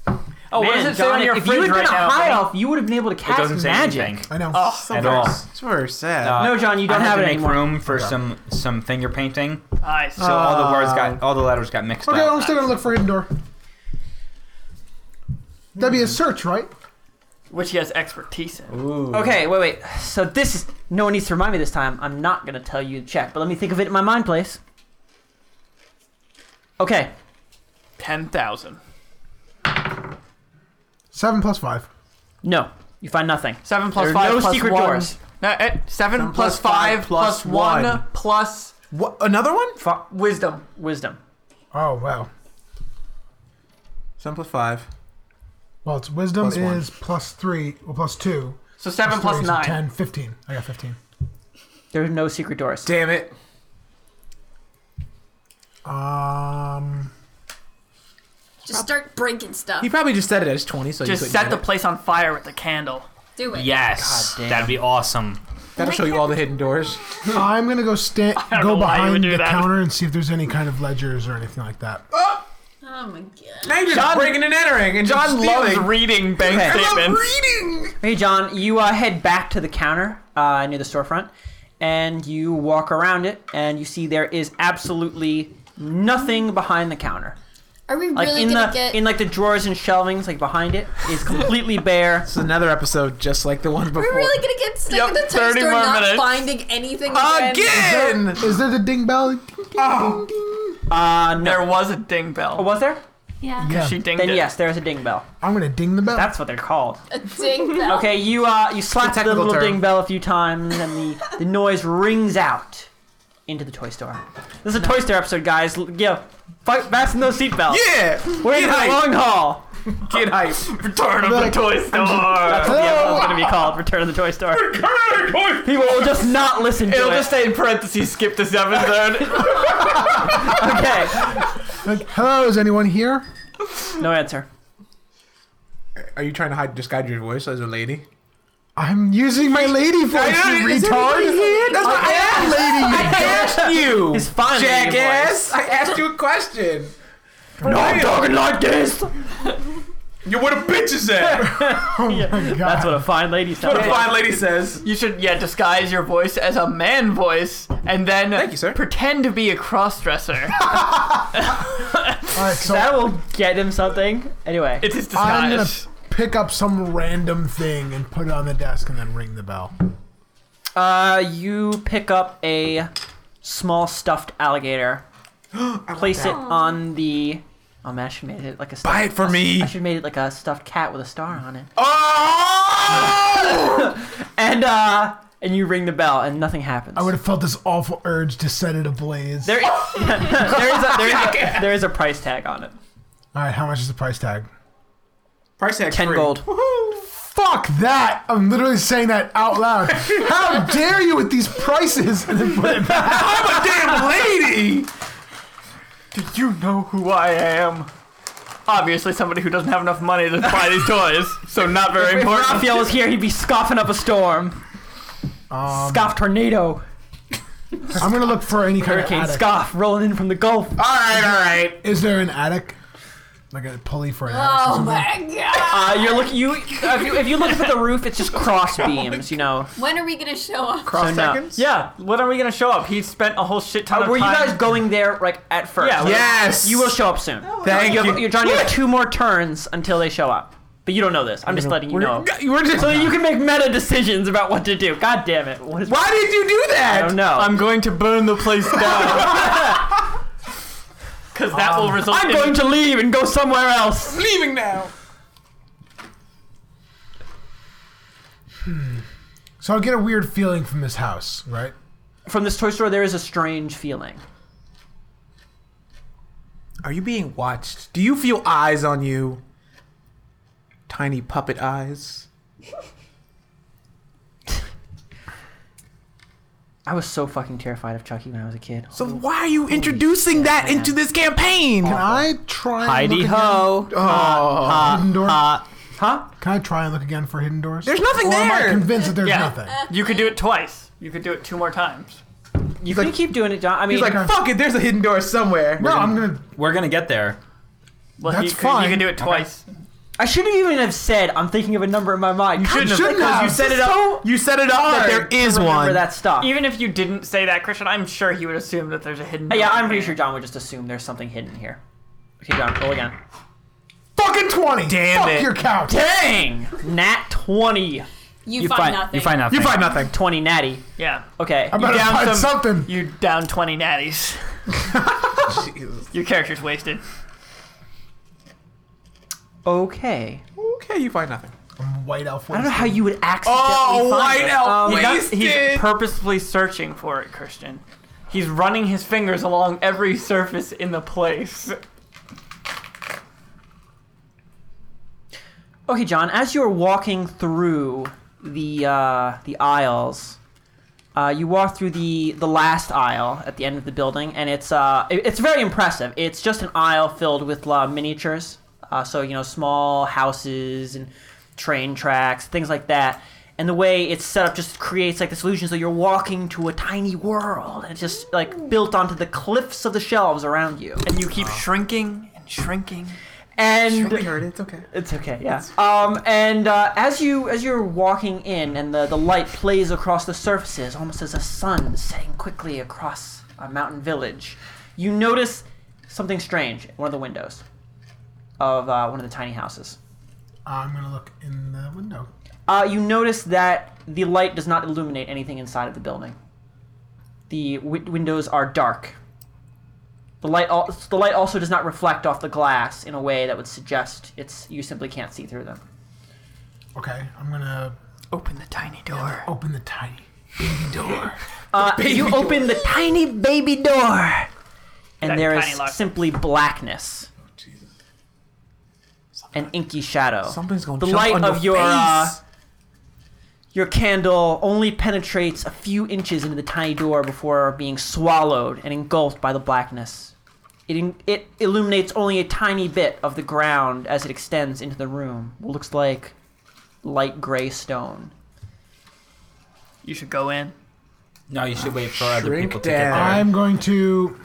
Speaker 5: oh, what does
Speaker 1: Man,
Speaker 5: it say on
Speaker 1: John,
Speaker 5: your
Speaker 1: if
Speaker 5: fridge
Speaker 1: you had been
Speaker 5: right
Speaker 1: a
Speaker 5: now?
Speaker 1: high
Speaker 5: buddy?
Speaker 1: elf, you would have been able to
Speaker 8: it
Speaker 1: cast
Speaker 8: doesn't say
Speaker 1: magic.
Speaker 8: anything
Speaker 6: I know.
Speaker 5: Oh,
Speaker 8: at all.
Speaker 3: It's very sad.
Speaker 8: Uh,
Speaker 1: No, John, you don't
Speaker 8: I had
Speaker 1: have
Speaker 8: to
Speaker 1: it
Speaker 8: make
Speaker 1: anymore.
Speaker 8: room for some some finger painting,
Speaker 5: nice.
Speaker 8: so all
Speaker 3: Uh,
Speaker 1: Uh,
Speaker 8: the words got all the letters got mixed
Speaker 6: Okay, I'm
Speaker 8: up.
Speaker 6: still gonna look for Hidden Door. That'd be a search, right?
Speaker 5: which he has expertise in.
Speaker 1: Okay, wait, wait. So this is no one needs to remind me this time. I'm not gonna tell you to check, but let me think of it in my mind place. Okay.
Speaker 5: Ten thousand.
Speaker 6: Seven plus five.
Speaker 1: No. You find nothing.
Speaker 5: Seven plus
Speaker 1: There are
Speaker 5: five
Speaker 1: no
Speaker 5: plus
Speaker 1: secret
Speaker 5: one.
Speaker 1: doors.
Speaker 5: No, eh, seven plus
Speaker 3: plus five
Speaker 5: five
Speaker 3: plus
Speaker 5: plus one,
Speaker 3: one.
Speaker 5: plus
Speaker 3: What, another one?
Speaker 1: Fa-
Speaker 5: wisdom.
Speaker 1: wisdom.
Speaker 6: Oh wow.
Speaker 3: Seven plus five.
Speaker 6: Well, it's wisdom
Speaker 3: Plus one.
Speaker 6: is plus three or plus two.
Speaker 5: So seven
Speaker 6: plus
Speaker 5: plus
Speaker 6: three, so
Speaker 5: nine.
Speaker 6: Ten, fifteen. I got fifteen.
Speaker 1: There are no secret doors.
Speaker 3: Damn it.
Speaker 6: Um,
Speaker 4: Just start breaking stuff.
Speaker 3: He probably just said it as 20, so you
Speaker 5: Just set the place on fire with a candle.
Speaker 4: Do it.
Speaker 8: Yes,
Speaker 1: God damn.
Speaker 8: that'd be awesome.
Speaker 3: That'll show you all the hidden doors.
Speaker 6: I'm gonna go stand,
Speaker 5: know
Speaker 6: go
Speaker 5: why you
Speaker 6: behind
Speaker 5: would do
Speaker 6: the
Speaker 5: that.
Speaker 6: counter and see if there's any kind of ledgers or anything like that.
Speaker 4: Oh my god.
Speaker 3: Now you're just breaking and entering and John
Speaker 5: Loves reading bank
Speaker 1: Okay. I love
Speaker 5: statements.
Speaker 3: reading.
Speaker 1: Hey, John, you uh, head back to the counter uh, near the storefront and you walk around it and you see there is absolutely nothing behind the counter.
Speaker 4: Are we
Speaker 1: Like
Speaker 4: really
Speaker 1: in
Speaker 4: gonna
Speaker 1: the
Speaker 4: get?
Speaker 1: in like the drawers and shelvings like behind it is completely bare.
Speaker 3: It's another episode just like the one before.
Speaker 4: we're really gonna get stuck
Speaker 5: Yep,
Speaker 4: in the
Speaker 5: 30
Speaker 4: toaster and
Speaker 5: more
Speaker 4: not
Speaker 5: minutes.
Speaker 4: finding anything again?
Speaker 3: Again!
Speaker 6: Is there the ding bell?
Speaker 3: Oh.
Speaker 1: Uh no.
Speaker 5: There was a ding bell.
Speaker 1: was there?
Speaker 7: Yeah.
Speaker 6: Yeah.
Speaker 5: She dinged
Speaker 1: Then
Speaker 5: it.
Speaker 1: yes, there's a ding bell.
Speaker 6: I'm gonna ding the bell.
Speaker 1: That's what they're called.
Speaker 4: A ding bell.
Speaker 1: Okay, you uh you slap the
Speaker 3: technical
Speaker 1: little
Speaker 3: term.
Speaker 1: ding bell a few times and the, the noise rings out into the toy store. This is a toy store episode, guys. L- Yeah, fi- fasten those seatbelts.
Speaker 3: Yeah!
Speaker 1: We're in
Speaker 3: Get
Speaker 1: for the
Speaker 3: hype!
Speaker 1: long haul.
Speaker 3: Get hype!
Speaker 5: Return of the toy store.
Speaker 1: That's what the episode's gonna be called. Return of the Toy Store. People will just not listen to
Speaker 5: It'll
Speaker 1: it.
Speaker 5: just say in parentheses, skip this episode.
Speaker 1: okay.
Speaker 6: Like, hello, is anyone here?
Speaker 1: No answer.
Speaker 3: Are you trying to hide, disguise your voice as a lady?
Speaker 6: I'm using my lady voice, you
Speaker 3: Is
Speaker 6: retard.
Speaker 3: everybody here? That's what I asked, lady. I asked you.
Speaker 1: It's fine, lady
Speaker 3: Jackass. I asked you a question.
Speaker 1: No, I'm talking like this.
Speaker 3: You what a bitch is that?
Speaker 6: Oh
Speaker 1: That's what a fine lady sounds
Speaker 3: what a
Speaker 1: like.
Speaker 3: fine lady says.
Speaker 5: you should, yeah, disguise your voice as a man voice and then
Speaker 3: Thank you, sir.
Speaker 5: pretend to be a crossdresser.
Speaker 6: All right, so
Speaker 1: That will get him something. Anyway,
Speaker 5: it's his
Speaker 6: I'm gonna
Speaker 5: disguise.
Speaker 6: pick up some random thing and put it on the desk and then ring the bell.
Speaker 1: uh, you pick up a small stuffed alligator, place it on the. Oh man, I should made it like a. Stuffed,
Speaker 3: Buy it for me.
Speaker 1: I should made it like a stuffed cat with a star on it.
Speaker 3: Oh!
Speaker 1: And uh, and you ring the bell, and nothing happens.
Speaker 6: I would have felt this awful urge to set it ablaze.
Speaker 1: There, there is a, there is a, there is a price tag on it.
Speaker 6: All right, how much is the price tag?
Speaker 3: Price tag
Speaker 1: Ten
Speaker 3: free.
Speaker 1: gold.
Speaker 6: Fuck that! I'm literally saying that out loud. How dare you with these prices? And then put it back.
Speaker 3: I'm a damn lady.
Speaker 5: Do you know who I am? Obviously, somebody who doesn't have enough money to buy these toys, so not very
Speaker 1: If
Speaker 5: important.
Speaker 1: Raphael was here, he'd be scoffing up a storm. scoff tornado,
Speaker 6: I'm gonna look for any kind
Speaker 1: hurricane
Speaker 6: of attic.
Speaker 1: scoff rolling in from the Gulf.
Speaker 3: All right, all right.
Speaker 6: Is there an attic? Like a pulley for an attic? or
Speaker 4: Oh
Speaker 6: something?
Speaker 4: my god.
Speaker 1: Uh, you're look you if you if you look up at the roof, it's just cross beams, you know.
Speaker 4: When are we gonna show up?
Speaker 1: So no.
Speaker 5: Yeah, when are we gonna show up? He spent a whole shit
Speaker 1: Uh,
Speaker 5: ton of
Speaker 1: were you
Speaker 5: time.
Speaker 1: guys going there like at first?
Speaker 5: Yeah,
Speaker 1: Like,
Speaker 3: Yes.
Speaker 1: You will show up soon.
Speaker 3: Thank
Speaker 1: You
Speaker 3: you.
Speaker 1: have, you John, you have two more turns until they show up. But you don't know this. I'm just letting you know.
Speaker 3: You were just-
Speaker 1: So that you can make meta decisions about what to do. God damn it. What is
Speaker 3: Why did you do
Speaker 1: I
Speaker 3: that?
Speaker 1: don't know.
Speaker 5: I'm going to burn the place down. Um, Because that will result
Speaker 1: I'm
Speaker 5: in
Speaker 1: going to leave and go somewhere else.
Speaker 3: leaving now.
Speaker 6: So I get a weird feeling from this house, right?
Speaker 1: From this toy store, there is a strange feeling.
Speaker 3: Are you being watched? Do you feel eyes on you? Tiny puppet eyes.
Speaker 1: I was so fucking terrified of Chucky when I was a kid.
Speaker 3: So why are you introducing that into this campaign?
Speaker 6: Can I try and
Speaker 8: Heidi
Speaker 6: look
Speaker 8: ho.
Speaker 6: again? Oh, hidden door?
Speaker 1: Huh?
Speaker 6: Can I try and look again for hidden doors?
Speaker 3: There's nothing
Speaker 6: or am I
Speaker 3: there.
Speaker 6: convinced that there's
Speaker 5: Yeah.
Speaker 6: nothing?
Speaker 5: You could do it twice. You could do it two more times.
Speaker 1: You can keep doing it, John. I mean,
Speaker 3: He's like, fuck it, there's a hidden door somewhere.
Speaker 6: No, I'm gonna.
Speaker 8: We're gonna get there.
Speaker 5: Well,
Speaker 6: That's
Speaker 5: you could,
Speaker 6: fine.
Speaker 5: You can do it twice.
Speaker 1: I shouldn't even have said I'm thinking of a number in my mind. You
Speaker 5: shouldn't have,
Speaker 6: Shouldn't
Speaker 3: Because
Speaker 6: have.
Speaker 3: you set it up. you set it up that there is
Speaker 1: remember
Speaker 3: one.
Speaker 1: that stuff.
Speaker 5: Even if you didn't say that, Christian, I'm sure he would assume that there's a hidden.
Speaker 1: yeah,
Speaker 5: door
Speaker 1: I'm pretty
Speaker 5: there.
Speaker 1: sure John would just assume there's something hidden here. Okay, John, roll again.
Speaker 6: Fucking 20!
Speaker 3: Damn
Speaker 6: Fuck
Speaker 3: it.
Speaker 6: your couch!
Speaker 1: Dang! Nat 20.
Speaker 4: You,
Speaker 8: You
Speaker 4: find,
Speaker 8: find
Speaker 4: nothing.
Speaker 8: you find nothing.
Speaker 3: You find nothing.
Speaker 1: 20 natty.
Speaker 5: Yeah.
Speaker 1: Okay.
Speaker 6: I better
Speaker 5: down
Speaker 6: find
Speaker 5: some-
Speaker 6: something.
Speaker 5: You down 20 natties. Your character's wasted.
Speaker 1: Okay.
Speaker 3: Okay, you find nothing.
Speaker 6: I'm white elf.
Speaker 1: I don't know how you would accidentally find
Speaker 3: Oh, white
Speaker 1: it.
Speaker 3: elf
Speaker 1: Um,
Speaker 5: He's not- he's
Speaker 3: Wasted.
Speaker 5: purposefully searching for it, Christian. He's running his fingers along every surface in the place.
Speaker 1: Okay, John, as you're walking through the uh, the aisles, uh, you walk through the the last aisle at the end of the building, and it's uh, it- it's very impressive. It's just an aisle filled with uh, miniatures, uh, so you know small houses and train tracks, things like that. And the way it's set up just creates like this illusion, so you're walking to a tiny world, and it's just like built onto the cliffs of the shelves around you.
Speaker 5: And you keep shrinking and shrinking.
Speaker 1: And
Speaker 3: We heard it. It's okay.
Speaker 1: it's okay, yeah. Um, and uh, as you as you're walking in, and the, the light plays across the surfaces, almost as a sun setting quickly across a mountain village, you notice something strange in one of the windows of uh, one of the tiny houses.
Speaker 6: I'm gonna look in the window.
Speaker 1: Uh, you notice that the light does not illuminate anything inside of the building. The wi- windows are dark. The light, al- the light also does not reflect off the glass in a way that would suggest it's you simply can't see through them.
Speaker 6: Okay, I'm gonna
Speaker 5: Open the tiny door.
Speaker 6: open the tiny.
Speaker 1: Uh, you open the tiny baby door, and
Speaker 5: That
Speaker 1: there
Speaker 5: tiny
Speaker 1: is
Speaker 5: lock.
Speaker 1: simply blackness. An inky shadow.
Speaker 3: Something's going to
Speaker 1: The
Speaker 3: jump
Speaker 1: light
Speaker 3: on
Speaker 1: of your uh,
Speaker 3: face.
Speaker 1: your candle only penetrates a few inches into the tiny door before being swallowed and engulfed by the blackness. It, in- it illuminates only a tiny bit of the ground as it extends into the room. What looks like light gray stone.
Speaker 5: You should go in.
Speaker 8: No, you should wait for other
Speaker 3: Shrink
Speaker 8: people
Speaker 3: down.
Speaker 8: to
Speaker 6: I'm going to.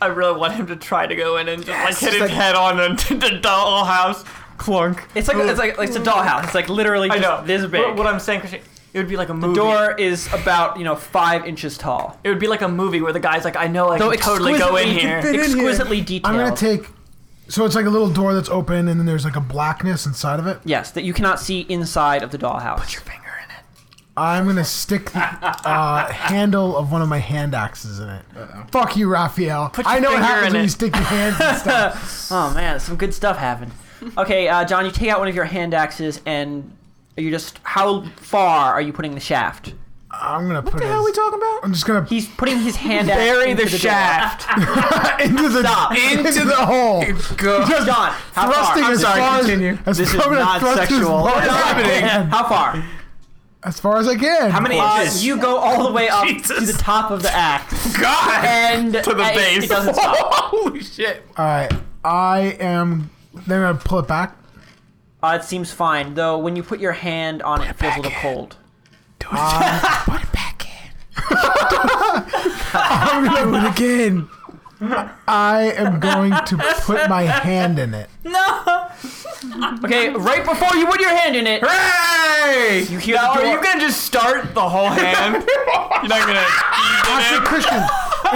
Speaker 5: I really want him to try to go in and just like hit
Speaker 3: Just
Speaker 5: his
Speaker 3: like-
Speaker 5: head on the, the dollhouse. Clunk.
Speaker 1: It's like it's like it's a dollhouse. It's like literally
Speaker 5: I
Speaker 1: just
Speaker 5: know.
Speaker 1: this big.
Speaker 5: What, what I'm saying, Christian, it would be like a movie.
Speaker 1: door is about you know five inches tall.
Speaker 5: It would be like a movie where the guy's like, I know I
Speaker 1: Though
Speaker 5: can totally go in
Speaker 1: exquisitely-
Speaker 5: here.
Speaker 3: in here.
Speaker 1: Exquisitely detailed.
Speaker 6: I'm gonna take. So it's like a little door that's open, and then there's like a blackness inside of it.
Speaker 1: yes, that you cannot see inside of the dollhouse.
Speaker 5: Finger in it.
Speaker 6: I'm gonna stick the uh, handle of one of my hand axes in it. Fuck you, Raphael.
Speaker 5: your
Speaker 6: I know what
Speaker 5: finger
Speaker 6: happens
Speaker 5: in
Speaker 6: when you
Speaker 5: it.
Speaker 6: stick your hands and stuff.
Speaker 1: oh man, some good stuff happened. Okay, uh, John, you take out one of your hand axes and you just how far are you putting the shaft?
Speaker 6: I'm gonna put
Speaker 3: What the hell are we
Speaker 6: it.
Speaker 3: talking about?
Speaker 6: I'm just gonna
Speaker 1: He's putting his hand axe
Speaker 5: Bury
Speaker 1: into
Speaker 5: the
Speaker 1: door.
Speaker 5: shaft.
Speaker 6: into the
Speaker 1: Stop.
Speaker 6: into the hole.
Speaker 3: Go.
Speaker 6: Just
Speaker 1: John, how far?
Speaker 6: thrusting
Speaker 1: I'm
Speaker 6: as
Speaker 1: sorry,
Speaker 6: far as,
Speaker 3: continue.
Speaker 6: as
Speaker 1: This is
Speaker 6: I'm gonna
Speaker 1: not
Speaker 6: thrust as
Speaker 1: sexual.
Speaker 6: far as I can.
Speaker 1: How far?
Speaker 6: As far as I can.
Speaker 8: How many
Speaker 1: Uh,
Speaker 8: inches?
Speaker 1: you go all the way up to
Speaker 3: Jesus.
Speaker 1: the top of the axe
Speaker 3: God.
Speaker 1: and uh, to
Speaker 3: the
Speaker 1: It, it doesn't stop.
Speaker 3: Holy shit.
Speaker 6: All right, I am. Then I pull it back.
Speaker 1: Uh, it seems fine, though when you put your hand on it, it feels a little cold.
Speaker 3: Put it back in. I'm gonna do it again.
Speaker 6: I am going to put my hand in it.
Speaker 1: Okay, right before you put your hand in it,
Speaker 3: Hey!
Speaker 1: you hear the
Speaker 5: Are
Speaker 1: door.
Speaker 5: you gonna just start the whole hand? You're not gonna.
Speaker 6: Actually, Christian,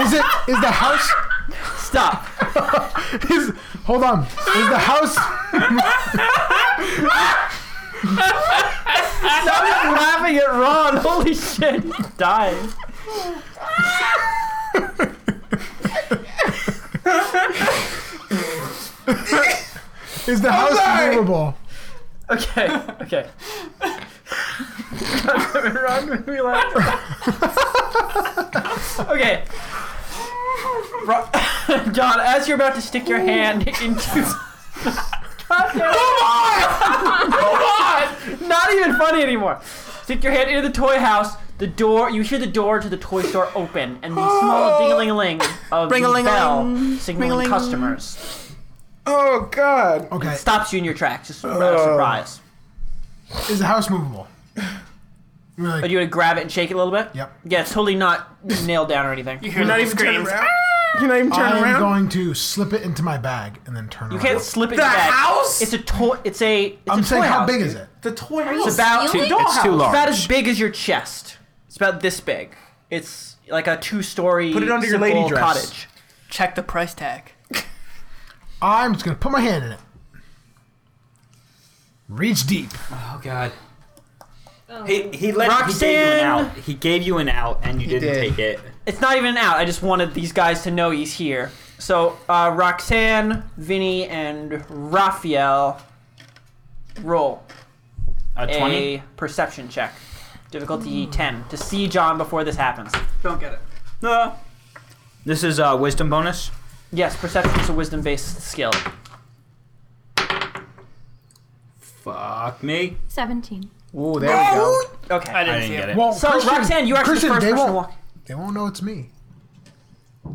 Speaker 6: is it is the house?
Speaker 1: Stop.
Speaker 6: Is hold on. Is the house?
Speaker 1: I'm laughing at Ron. Holy shit, he's dying.
Speaker 6: Is the house livable?
Speaker 1: Okay, okay. Ron, we laugh. okay. Ro- John, as you're about to stick your hand into. God damn it. Not even funny anymore. Stick your hand into the toy house. The door, you hear the door to the toy store open, and the small ding-a-ling-a-ling of the bell signaling customers
Speaker 3: Oh God.
Speaker 6: Okay.
Speaker 1: stops you in your tracks. Just rather surprise.
Speaker 6: Is the house movable? Really?
Speaker 1: Are you gonna grab it and shake it a little bit?
Speaker 6: Yep.
Speaker 1: Yeah, it's totally not nailed down or anything.
Speaker 5: You
Speaker 1: You
Speaker 5: hear the screams.
Speaker 3: Ah! You're not even turning
Speaker 6: I'm
Speaker 3: around.
Speaker 6: going to slip it into my bag and then turn. You
Speaker 1: can't slip it.
Speaker 3: the
Speaker 1: in your bag.
Speaker 3: house?
Speaker 1: It's a toy. It's a. It's
Speaker 6: I'm
Speaker 1: a
Speaker 6: saying,
Speaker 1: toy
Speaker 6: how
Speaker 1: house.
Speaker 6: big is it?
Speaker 3: the toy house.
Speaker 1: It's about.
Speaker 4: Really?
Speaker 8: It's too large.
Speaker 1: It's about as big as your chest. It's about this big. It's like a two-story.
Speaker 3: Put it under your lady
Speaker 1: simple
Speaker 3: dress.
Speaker 1: Cottage.
Speaker 5: Check the price tag.
Speaker 6: I'm just gonna put my hand in it. Reach deep.
Speaker 8: Oh God. He he let he gave you an
Speaker 1: Roxanne!
Speaker 8: out. He gave you an out, and you didn't
Speaker 3: did.
Speaker 8: take it.
Speaker 1: It's not even out. I just wanted these guys to know he's here. So uh, Roxanne, Vinny, and Raphael roll
Speaker 8: A twenty.
Speaker 1: a perception check. Difficulty ten to see John before this happens.
Speaker 5: Don't get it.
Speaker 8: Uh, this is a wisdom bonus.
Speaker 1: Yes, perception is a wisdom-based skill.
Speaker 8: Fuck me.
Speaker 7: 17.
Speaker 3: Ooh, there we go.
Speaker 1: Okay.
Speaker 5: I
Speaker 8: I
Speaker 5: didn't,
Speaker 8: didn't
Speaker 5: see
Speaker 8: get
Speaker 5: it.
Speaker 8: it.
Speaker 6: Well,
Speaker 1: So
Speaker 6: Christian,
Speaker 1: Roxanne, you're actually
Speaker 6: Christian,
Speaker 1: the first
Speaker 6: they
Speaker 1: person
Speaker 6: won't,
Speaker 1: to walk.
Speaker 6: They won't know it's me.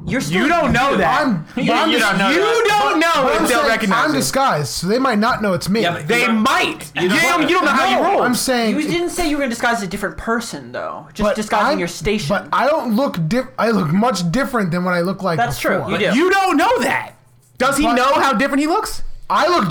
Speaker 1: You're still
Speaker 3: You don't know that.
Speaker 6: I'm.
Speaker 5: You, you don't know.
Speaker 3: you
Speaker 5: that.
Speaker 3: don't know
Speaker 6: I'm
Speaker 3: if
Speaker 6: saying
Speaker 3: they'll recognize
Speaker 6: I'm
Speaker 3: you.
Speaker 6: disguised, so they might not know it's me.
Speaker 3: They might. You don't, you don't know how you roll.
Speaker 6: I'm saying
Speaker 1: You didn't say you were going to disguise a different person, though. Just
Speaker 6: but
Speaker 1: disguising
Speaker 6: I'm-
Speaker 1: your station.
Speaker 6: But I don't look diff. I look much different than what I look like.
Speaker 1: That's true.
Speaker 6: before.
Speaker 1: You do.
Speaker 3: You don't know that. Does he
Speaker 6: But-
Speaker 3: know how different he looks?
Speaker 6: I look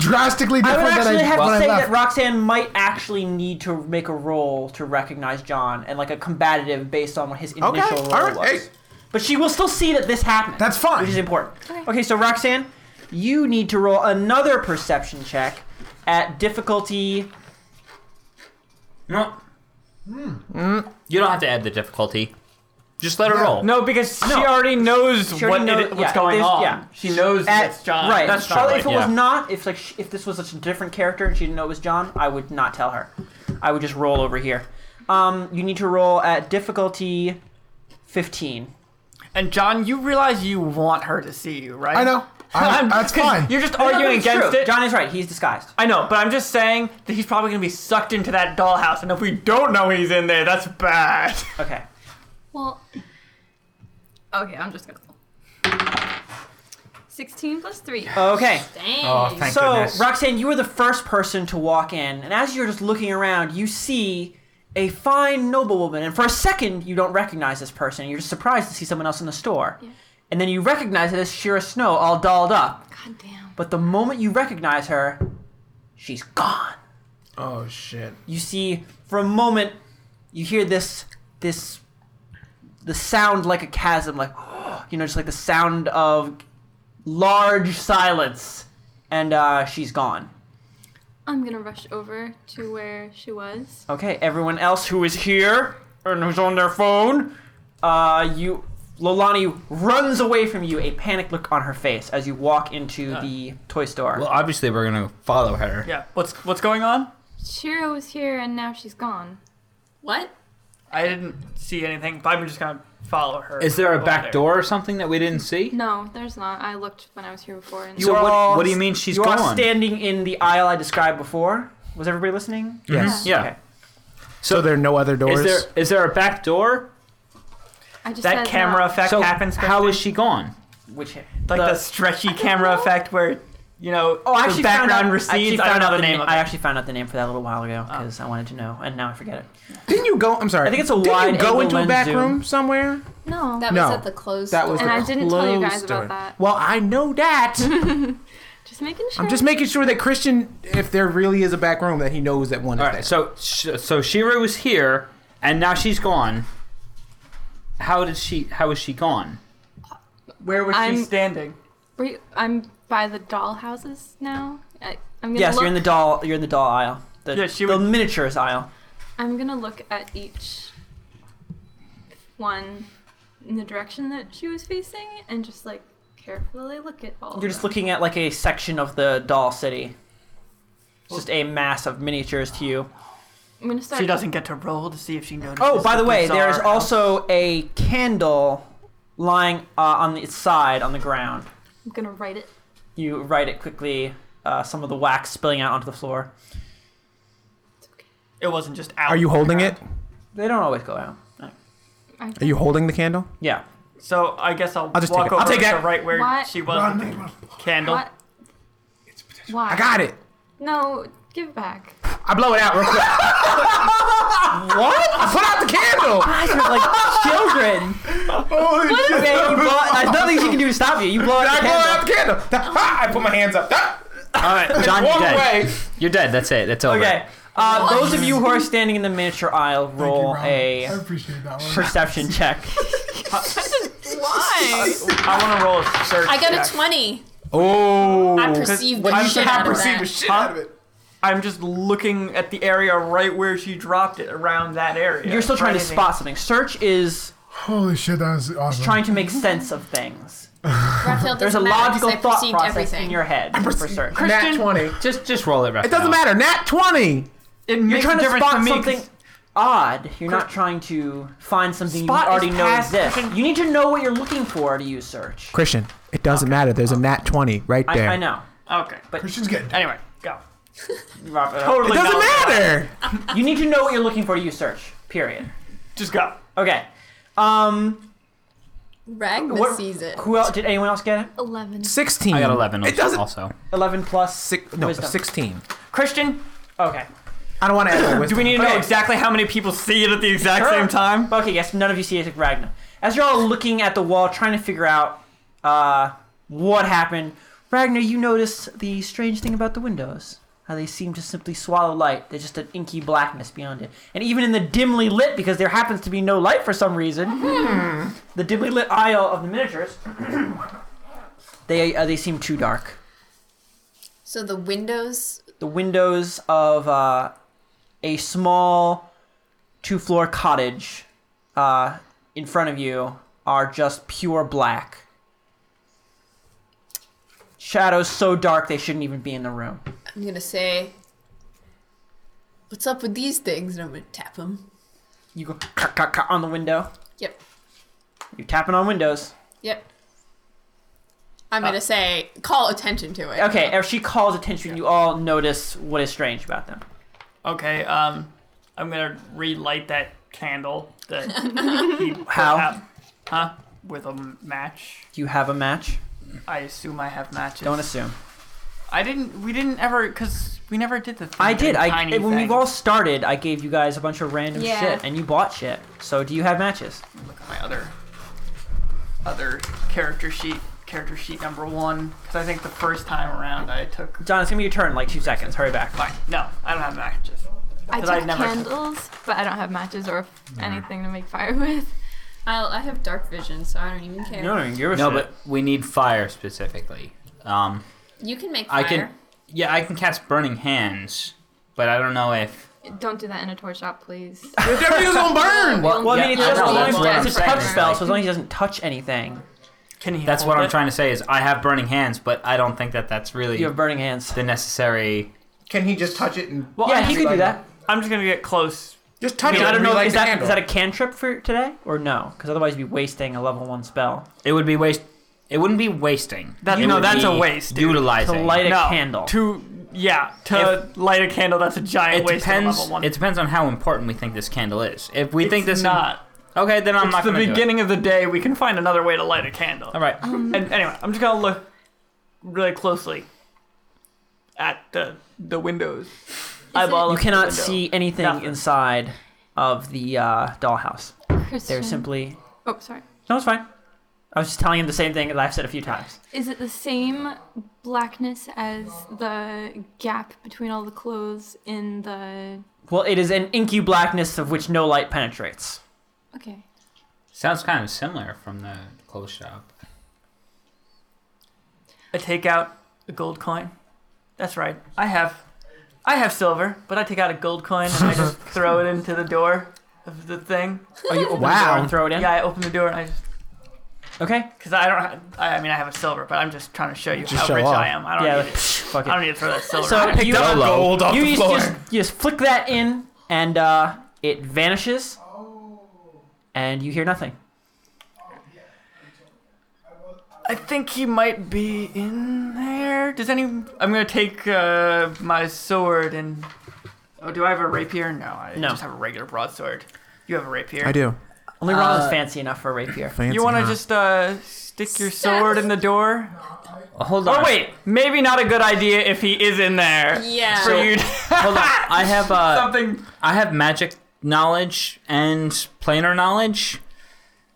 Speaker 1: I
Speaker 6: drastically
Speaker 1: would
Speaker 6: different than
Speaker 1: actually
Speaker 6: I
Speaker 1: have to
Speaker 6: when
Speaker 1: say
Speaker 6: I
Speaker 1: that
Speaker 6: left.
Speaker 1: Roxanne might actually need to make a roll to recognize John and like a combative based on what his initial roll
Speaker 3: all right,
Speaker 1: was.
Speaker 3: hey.
Speaker 1: But she will still see that this happened.
Speaker 6: That's fine.
Speaker 1: Which is important. Okay. so Roxanne, you need to roll another perception check at difficulty.
Speaker 8: No. You don't have to add the difficulty. Just let her roll.
Speaker 5: No, because she
Speaker 1: No.
Speaker 5: already knows
Speaker 1: She
Speaker 5: what
Speaker 1: already knows-
Speaker 5: it, what's
Speaker 1: yeah,
Speaker 5: going
Speaker 1: there's-
Speaker 5: on.
Speaker 1: yeah.
Speaker 5: She knows
Speaker 1: At,
Speaker 5: that's John.
Speaker 1: Right.
Speaker 5: That's
Speaker 1: Charlotte,
Speaker 8: Charlotte,
Speaker 1: if it
Speaker 8: yeah.
Speaker 1: was not, if like sh- if this was such a different character and she didn't know it was John, I would not tell her. I would just roll over here. Um, you need to roll at difficulty fifteen.
Speaker 5: And John, you realize you want her to see you, right?
Speaker 6: I know. I,
Speaker 5: I'm-
Speaker 6: that's
Speaker 5: 'cause
Speaker 6: fine.
Speaker 5: You're just
Speaker 1: Oh, No, no,
Speaker 5: arguing
Speaker 1: but it's
Speaker 5: against
Speaker 1: true.
Speaker 5: it.
Speaker 1: John is right. He's disguised.
Speaker 5: I know, but I'm just saying that he's probably going to be sucked into that dollhouse, and if we don't know he's in there, that's bad.
Speaker 1: Okay.
Speaker 7: Well. Okay, I'm just gonna. 16 plus 3.
Speaker 1: Okay.
Speaker 4: Dang.
Speaker 8: thank
Speaker 5: Oh.
Speaker 1: So, Roxanne, you were the first person to walk in, and as you're just looking around, you see a fine noblewoman, and for a second, you don't recognize this person. You're just surprised to see someone else in the store. And then you recognize it as Shira Snow, all dolled up.
Speaker 7: God damn.
Speaker 1: But the moment you recognize her, she's gone.
Speaker 3: Oh shit.
Speaker 1: You see, for a moment, you hear this, this, the sound like a chasm, like, you know, just like the sound of large silence. And uh, she's gone.
Speaker 7: I'm gonna rush over to where she was.
Speaker 1: Okay, everyone else who is here and who's on their phone, uh, you, Lolani runs away from you, a panic look on her face as you walk into the toy store.
Speaker 8: Well, obviously we're gonna follow her.
Speaker 5: yeah. What's what's going on?
Speaker 7: Shira was here and now she's gone.
Speaker 4: What?
Speaker 5: I didn't see anything, but I'm just going to follow her.
Speaker 8: Is there a
Speaker 5: over
Speaker 8: back door or something that we didn't see?
Speaker 7: No, there's not. I looked when I was here before. And
Speaker 8: So
Speaker 1: are
Speaker 8: what,
Speaker 1: all-
Speaker 8: what do you mean she's
Speaker 1: you
Speaker 8: gone?
Speaker 1: are standing in the aisle I described before. Was everybody listening?
Speaker 8: yes. Yeah.
Speaker 1: Okay.
Speaker 3: So there are no other doors.
Speaker 8: Is there is there a back door?
Speaker 7: I just said
Speaker 5: That camera
Speaker 7: no.
Speaker 5: effect
Speaker 8: so
Speaker 5: happens.
Speaker 8: how is she gone?
Speaker 1: Which
Speaker 5: like the, stretchy camera effect where you know
Speaker 1: Oh, I actually
Speaker 5: the background
Speaker 1: found out, I actually
Speaker 5: recedes. I
Speaker 1: found
Speaker 5: don't
Speaker 1: out
Speaker 5: know the name of it.
Speaker 1: I actually found out the name for that a little while ago because I wanted to know, and now I forget it.
Speaker 3: Didn't you go? I'm sorry. I
Speaker 1: think it's a
Speaker 3: Didn't
Speaker 1: wide
Speaker 3: you go
Speaker 1: angle
Speaker 3: into a
Speaker 1: lens
Speaker 3: back
Speaker 1: zoom.
Speaker 3: room somewhere?
Speaker 7: No.
Speaker 4: That
Speaker 3: No.
Speaker 4: was at the closed
Speaker 3: That was
Speaker 4: door.
Speaker 3: the
Speaker 7: And I didn't tell you
Speaker 3: closed
Speaker 7: guys about
Speaker 3: door.
Speaker 7: that.
Speaker 3: Well, I know that.
Speaker 7: just making sure.
Speaker 3: I'm just making sure that Christian, if there really is a back room, that he knows that one
Speaker 8: All
Speaker 3: is
Speaker 8: right.
Speaker 3: there.
Speaker 8: So sh- so Shira was here, and now she's gone. How did she? How is she gone?
Speaker 5: Where was
Speaker 7: I'm-
Speaker 5: she standing?
Speaker 7: Were you- I'm by the dollhouses now. I, I'm gonna
Speaker 1: Yes,
Speaker 7: look,
Speaker 1: you're in the doll. You're in the doll aisle. The,
Speaker 5: Yeah, she
Speaker 1: the
Speaker 5: would-
Speaker 1: miniatures aisle.
Speaker 7: I'm gonna look at each one in the direction that she was facing and just like carefully look at all.
Speaker 1: You're
Speaker 7: of
Speaker 1: just
Speaker 7: them.
Speaker 1: looking at like a section of the doll city. It's just a mass of miniatures to you.
Speaker 7: I'm gonna start.
Speaker 5: She doesn't get to roll to see if she notices.
Speaker 1: Oh, by the way, there is
Speaker 5: bizarre elf.
Speaker 1: also a candle lying uh, on its side on the ground.
Speaker 7: I'm gonna write it.
Speaker 1: You write it quickly. Uh, some of the wax spilling out onto the floor.
Speaker 5: It wasn't just out.
Speaker 3: Are you holding it?
Speaker 1: They don't always go out.
Speaker 3: Are you holding the candle?
Speaker 1: Yeah.
Speaker 5: So I guess I'll,
Speaker 3: I'll just
Speaker 5: walk
Speaker 3: take it.
Speaker 5: over
Speaker 3: I'll take
Speaker 5: to
Speaker 3: that.
Speaker 5: right where
Speaker 7: What?
Speaker 5: she was
Speaker 6: Run,
Speaker 5: with
Speaker 6: run.
Speaker 5: the candle.
Speaker 7: What? Why?
Speaker 3: I got it.
Speaker 7: No, give it back.
Speaker 3: I blow it out real quick. what? I put out the candle.
Speaker 1: Guys are like children.
Speaker 6: Holy shit.
Speaker 1: Okay, you blow, there's nothing she can do to stop you. You blow out
Speaker 3: I
Speaker 1: the
Speaker 3: blow
Speaker 1: candle.
Speaker 3: out the candle. Ah, I put my hands up. Ah,
Speaker 8: All right, John, you're
Speaker 3: Walk
Speaker 8: dead.
Speaker 3: away.
Speaker 8: You're dead. That's it. That's over.
Speaker 1: Okay. Uh, those of you who are standing in the miniature aisle,
Speaker 6: Thank you,
Speaker 1: roll
Speaker 6: Rob.
Speaker 1: a
Speaker 6: I appreciate that one.
Speaker 1: perception check.
Speaker 4: Why?
Speaker 5: I want to roll a search.
Speaker 4: I got
Speaker 5: check.
Speaker 4: a 20.
Speaker 3: Oh.
Speaker 4: I perceived
Speaker 5: What
Speaker 4: the
Speaker 5: you
Speaker 4: shit
Speaker 5: said, I
Speaker 4: out of
Speaker 5: perceived
Speaker 4: that.
Speaker 3: shit
Speaker 5: Huh?
Speaker 3: out of it.
Speaker 5: I'm just looking at the area right where she dropped it, around that area.
Speaker 1: You're still
Speaker 5: for
Speaker 1: trying to
Speaker 5: anything.
Speaker 1: spot something. Search is
Speaker 6: Holy shit, that was awesome.
Speaker 1: trying to make sense of things.
Speaker 4: Raphael
Speaker 1: There's a
Speaker 4: doesn't matter 'cause
Speaker 1: logical
Speaker 4: I
Speaker 1: thought
Speaker 4: perceived
Speaker 1: process
Speaker 4: everything.
Speaker 1: in your head for search.
Speaker 3: Nat twenty.
Speaker 8: Just just roll it, Raphael.
Speaker 3: It doesn't matter. Nat twenty.
Speaker 5: It
Speaker 1: You're
Speaker 5: makes
Speaker 1: trying
Speaker 5: a
Speaker 1: to
Speaker 5: difference
Speaker 1: spot
Speaker 5: me 'cause
Speaker 1: something odd. You're not
Speaker 5: Chris-
Speaker 1: trying to find something
Speaker 5: Spot
Speaker 1: you already
Speaker 5: is
Speaker 1: know
Speaker 5: past
Speaker 1: exists.
Speaker 5: Christian-
Speaker 1: You need to know what you're looking for to use search.
Speaker 3: Christian, it doesn't matter. There's a nat twenty right
Speaker 1: I,
Speaker 3: there.
Speaker 1: I know.
Speaker 5: Okay.
Speaker 6: Christian's getting
Speaker 5: Anyway, go.
Speaker 1: Rob, uh,
Speaker 5: Totally.
Speaker 3: It doesn't
Speaker 5: not-
Speaker 3: matter.
Speaker 1: You need to know what you're looking for to use search. Period.
Speaker 5: Just go.
Speaker 1: Okay. Um.
Speaker 4: Ragma
Speaker 1: What?
Speaker 4: sees it.
Speaker 1: Who else? Did anyone else get it?
Speaker 7: Eleven.
Speaker 3: Sixteen.
Speaker 8: I got 11
Speaker 3: It doesn't.
Speaker 8: also.
Speaker 1: Eleven plus
Speaker 3: Six, no,
Speaker 1: Wisdom.
Speaker 3: sixteen.
Speaker 5: Christian,
Speaker 1: Okay.
Speaker 3: I don't want to add my
Speaker 5: do we need to know
Speaker 1: Okay.
Speaker 5: exactly how many people see it at the exact
Speaker 1: Sure.
Speaker 5: same time?
Speaker 1: Okay, yes, none of you see it except Ragnar. As you're all looking at the wall, trying to figure out uh, what happened, Ragnar, you notice the strange thing about the windows. How they seem to simply swallow light. There's just an inky blackness beyond it. And even in the dimly lit, because there happens to be no light for some reason, the dimly lit aisle of the miniatures, they, uh, they seem too dark.
Speaker 4: So the windows.
Speaker 1: The windows of uh, a small two floor cottage uh, in front of you are just pure black. Shadows so dark they shouldn't even be in the room.
Speaker 4: I'm gonna say, "What's up with these things?" And I'm gonna tap them.
Speaker 1: You go ka ka ka on the window.
Speaker 4: Yep,
Speaker 1: You're tapping on windows.
Speaker 4: yep. I'm gonna say, call attention to it.
Speaker 1: Okay, if she calls attention, you all notice what is strange about them.
Speaker 5: Okay, um, I'm gonna relight that candle that
Speaker 1: How?
Speaker 5: huh? With a match.
Speaker 1: Do you have a match?
Speaker 5: I assume I have matches.
Speaker 1: Don't assume.
Speaker 5: I didn't. We didn't ever because we never did the. Thing,
Speaker 1: I did.
Speaker 5: the
Speaker 1: I
Speaker 5: tiny
Speaker 1: when
Speaker 5: thing.
Speaker 1: we all started, I gave you guys a bunch of random
Speaker 7: Yeah.
Speaker 1: shit, and you bought shit. So do you have matches?
Speaker 5: Look at my other other character sheet. Character sheet number one, because I think the first time around I took.
Speaker 1: John, it's gonna be your turn. in, Like two seconds. Hurry back.
Speaker 5: Fine. No, I don't have matches.
Speaker 7: I
Speaker 5: Because I
Speaker 7: took
Speaker 5: never-
Speaker 7: candles, but I don't have matches or f- anything to make fire with.
Speaker 4: I'll, I have dark vision, so I don't even care.
Speaker 1: No, no, you're
Speaker 8: No, but we need fire specifically. Um,
Speaker 4: You can make
Speaker 8: I
Speaker 4: fire.
Speaker 8: can, yeah, I can cast burning hands, but I don't know if
Speaker 7: Don't do that in a torch shop, please.
Speaker 3: Everything's gonna burn.
Speaker 7: Well,
Speaker 1: Well, I mean,
Speaker 8: Yeah,
Speaker 1: it
Speaker 8: I
Speaker 1: doesn't-
Speaker 8: know,
Speaker 1: as long
Speaker 8: that's
Speaker 1: as
Speaker 8: what I'm
Speaker 1: it's a touch
Speaker 8: saying.
Speaker 1: spell, so as long as he doesn't touch anything,
Speaker 5: Can he?
Speaker 8: that's what
Speaker 5: hold
Speaker 8: I'm
Speaker 5: it?
Speaker 8: trying to say. Is I have burning hands, but I don't think that that's really
Speaker 1: you have burning hands.
Speaker 8: the necessary.
Speaker 3: Can he just touch it and
Speaker 5: Well,
Speaker 1: Yeah,
Speaker 5: I'm
Speaker 1: he
Speaker 5: just-
Speaker 1: could do that.
Speaker 5: I'm just gonna get close.
Speaker 3: just touch
Speaker 1: I,
Speaker 3: it?
Speaker 1: mean, I don't
Speaker 3: and
Speaker 1: know.
Speaker 3: relight
Speaker 1: Is
Speaker 3: the
Speaker 1: that
Speaker 3: candle?
Speaker 1: is that a cantrip for today or no? Because otherwise, you'd be wasting a level one spell
Speaker 8: It would be waste. It wouldn't be wasting.
Speaker 5: That-
Speaker 8: It
Speaker 5: no,
Speaker 8: would
Speaker 5: that's
Speaker 8: be
Speaker 5: a waste, dude.
Speaker 1: to
Speaker 8: Utilizing.
Speaker 1: light a
Speaker 5: no,
Speaker 1: candle.
Speaker 5: To yeah, to light a candle. That's a giant
Speaker 8: it
Speaker 5: waste. of
Speaker 8: depends.
Speaker 5: level one.
Speaker 8: It depends on how important we think this candle is. If we
Speaker 5: It's
Speaker 8: think this
Speaker 5: not.
Speaker 8: okay, then I'm
Speaker 5: It's
Speaker 8: not
Speaker 5: the
Speaker 8: gonna do it.
Speaker 5: beginning of the day. We can find another way to light a candle.
Speaker 8: All right.
Speaker 5: And anyway, I'm just gonna look really closely at the the windows. Eyeball
Speaker 1: You
Speaker 5: up the
Speaker 1: cannot
Speaker 5: window.
Speaker 1: see anything
Speaker 5: Nothing.
Speaker 1: inside of the uh, dollhouse.
Speaker 7: Christian.
Speaker 1: They're simply.
Speaker 7: Oh, sorry.
Speaker 1: No, it's fine. I was just telling him the same thing that I've said a few times.
Speaker 7: Is it the same blackness as the gap between all the clothes in the?
Speaker 1: Well, it is an inky blackness of which no light penetrates.
Speaker 7: Okay.
Speaker 8: Sounds kind of similar from the clothes shop.
Speaker 5: I take out a gold coin. That's right. I have, I have silver, but I take out a gold coin and I just throw it into the door of the thing.
Speaker 1: Oh, you open the door
Speaker 3: Wow.
Speaker 1: and throw it in.
Speaker 5: Yeah, I open the door and I just,
Speaker 1: Okay.
Speaker 5: cause I don't, ha- I, I mean I have a silver, but I'm just trying to show you
Speaker 6: Just
Speaker 5: how
Speaker 6: show
Speaker 5: rich
Speaker 6: off.
Speaker 5: I am. I don't
Speaker 1: Yeah.
Speaker 5: need
Speaker 1: like,
Speaker 5: it.
Speaker 1: psh, fuck
Speaker 5: I don't
Speaker 1: it.
Speaker 5: need to throw that silver.
Speaker 1: So
Speaker 5: I
Speaker 1: you,
Speaker 2: gold off
Speaker 1: you
Speaker 2: the
Speaker 1: just,
Speaker 2: floor.
Speaker 1: just you just flick that in, and uh, it vanishes, and you hear nothing.
Speaker 5: I think he might be in there. Does any? I'm gonna take uh, my sword and. Oh, do I have a rapier? No, I
Speaker 1: No.
Speaker 5: just have a regular broadsword. You have a rapier.
Speaker 3: I do.
Speaker 1: Only Ronald's fancy enough for a rapier.
Speaker 5: You want to just uh, stick your
Speaker 4: Stab-
Speaker 5: sword in the door?
Speaker 8: Hold
Speaker 1: Oh,
Speaker 8: on.
Speaker 5: Or Oh, wait, maybe not a good idea if he is in there.
Speaker 4: Yeah.
Speaker 5: For you to
Speaker 8: Hold on. I have uh,
Speaker 5: something.
Speaker 8: I have magic knowledge and planar knowledge.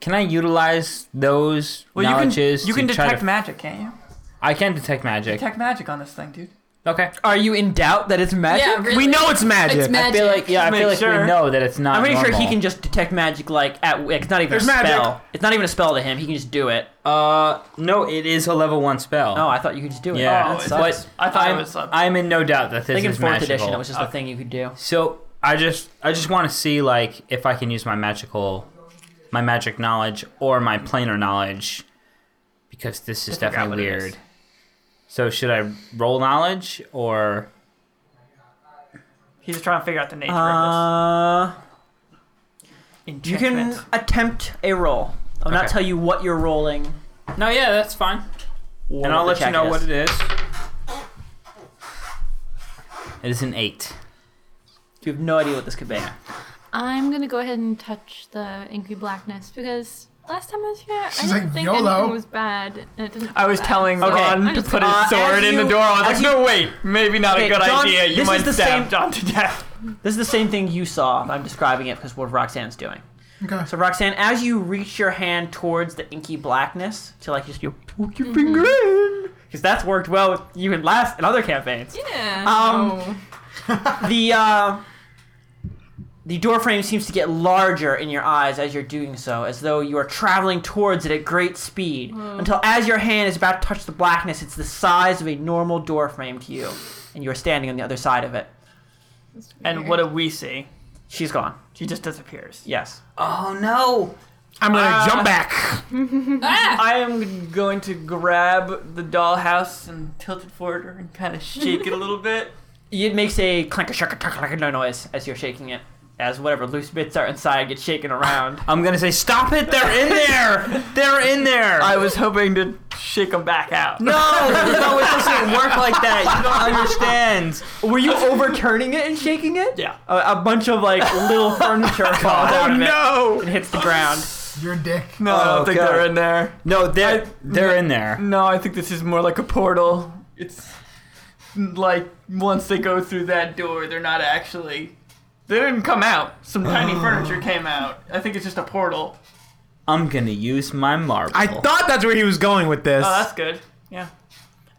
Speaker 8: Can I utilize those
Speaker 5: Well, you
Speaker 8: knowledges?
Speaker 5: can you can
Speaker 8: to try
Speaker 5: detect
Speaker 8: to-
Speaker 5: magic, can't you?
Speaker 8: I can detect magic.
Speaker 5: Detect magic on this thing, dude.
Speaker 8: okay.
Speaker 1: Are you in doubt that it's magic?
Speaker 4: Yeah, really.
Speaker 3: We know it's magic.
Speaker 4: It's
Speaker 8: I feel
Speaker 4: magic.
Speaker 8: like yeah, I
Speaker 5: Make
Speaker 8: feel like
Speaker 5: sure.
Speaker 8: we know that it's not.
Speaker 1: I'm pretty
Speaker 8: normal.
Speaker 1: sure he can just detect magic like at it's not even
Speaker 3: There's
Speaker 1: a
Speaker 3: magic.
Speaker 1: spell. It's not even a spell to him. He can just do it.
Speaker 8: Uh, no, it is a level one spell.
Speaker 1: Oh, I thought you could just do it.
Speaker 8: yeah.
Speaker 5: Oh,
Speaker 1: that
Speaker 5: it's-
Speaker 1: sucks.
Speaker 8: But
Speaker 5: I thought it
Speaker 8: I'm,
Speaker 5: was a-
Speaker 8: I'm in no doubt that
Speaker 1: I
Speaker 8: this
Speaker 1: think in
Speaker 8: is
Speaker 1: fourth
Speaker 8: magical.
Speaker 1: edition, it was just a thing you could do.
Speaker 8: So I just I just want to see like if I can use my magical, my magic knowledge or my planar knowledge, because this is
Speaker 5: forgot
Speaker 8: definitely
Speaker 5: what it is.
Speaker 8: weird. So should I roll knowledge or
Speaker 5: He's just trying to figure out the nature of
Speaker 1: Uh,
Speaker 5: this
Speaker 1: you can
Speaker 5: enchantment.
Speaker 1: attempt a roll. I'll not
Speaker 8: Okay.
Speaker 1: tell you what you're rolling.
Speaker 8: no? Yeah, that's fine.
Speaker 1: or
Speaker 8: and I'll
Speaker 1: the
Speaker 8: let you
Speaker 1: check
Speaker 8: know
Speaker 1: is.
Speaker 8: what it is. It is an eight.
Speaker 1: You have no idea what this could be.
Speaker 7: I'm gonna go ahead and touch the inky blackness because last time I was here, I
Speaker 6: She's
Speaker 7: didn't
Speaker 6: like,
Speaker 7: think
Speaker 6: YOLO.
Speaker 7: anything was bad. And it didn't
Speaker 5: I
Speaker 7: feel
Speaker 5: was
Speaker 7: bad.
Speaker 5: telling
Speaker 1: Okay.
Speaker 5: Ron
Speaker 7: I'm
Speaker 5: to
Speaker 7: just
Speaker 5: put
Speaker 7: gonna-
Speaker 5: his
Speaker 1: Uh,
Speaker 5: sword
Speaker 1: as
Speaker 5: in the
Speaker 1: you-
Speaker 5: door. I was like,
Speaker 1: as you-
Speaker 5: no, wait, maybe not
Speaker 1: Okay,
Speaker 5: a good
Speaker 1: John,
Speaker 5: idea. You
Speaker 1: this
Speaker 5: might
Speaker 1: is the
Speaker 5: stab
Speaker 1: same-
Speaker 5: John to death.
Speaker 1: This is the same thing you saw. I'm describing it because what Roxanne's doing.
Speaker 6: Okay.
Speaker 1: So Roxanne, as you reach your hand towards the inky blackness, to like just you poke your finger in, because that's worked well with you in last in other campaigns.
Speaker 7: Yeah.
Speaker 1: Um,
Speaker 7: no.
Speaker 1: The uh, the doorframe seems to get larger in your eyes as you're doing so, as though you are traveling towards it at great speed. Until as your hand is about to touch the blackness, it's the size of a normal doorframe to you, and you are standing on the other side of it.
Speaker 5: And what do we see?
Speaker 1: She's gone.
Speaker 5: She just disappears.
Speaker 1: Yes.
Speaker 8: Oh no!
Speaker 3: I'm gonna
Speaker 1: Uh,
Speaker 3: jump back.
Speaker 4: Ah!
Speaker 5: I am going to grab the dollhouse and tilt it forward and kind of shake it a little bit.
Speaker 1: It makes a clank a shaka taka like no noise as you're shaking it, as whatever loose bits are inside get shaken around.
Speaker 8: I'm gonna say stop it! They're in there! They're in there!
Speaker 5: I was hoping to shake them back out.
Speaker 8: no, no, it doesn't work like that. You don't understand.
Speaker 1: Were you overturning it and shaking it?
Speaker 5: Yeah.
Speaker 1: A, a bunch of like little furniture falls out of it
Speaker 5: Oh, No!
Speaker 1: and hits the ground.
Speaker 6: You're a dick.
Speaker 5: No, I don't think
Speaker 8: God.
Speaker 5: they're in there.
Speaker 8: No, they're they're in there.
Speaker 5: Oh, No, I think this is more like a portal. It's like once they go through that door, they're not actually. They didn't come out. Some tiny furniture came out. I think it's just a portal.
Speaker 8: I'm gonna use my marble.
Speaker 3: I thought that's where he was going with this.
Speaker 1: Uh,
Speaker 5: Oh, that's good. Yeah.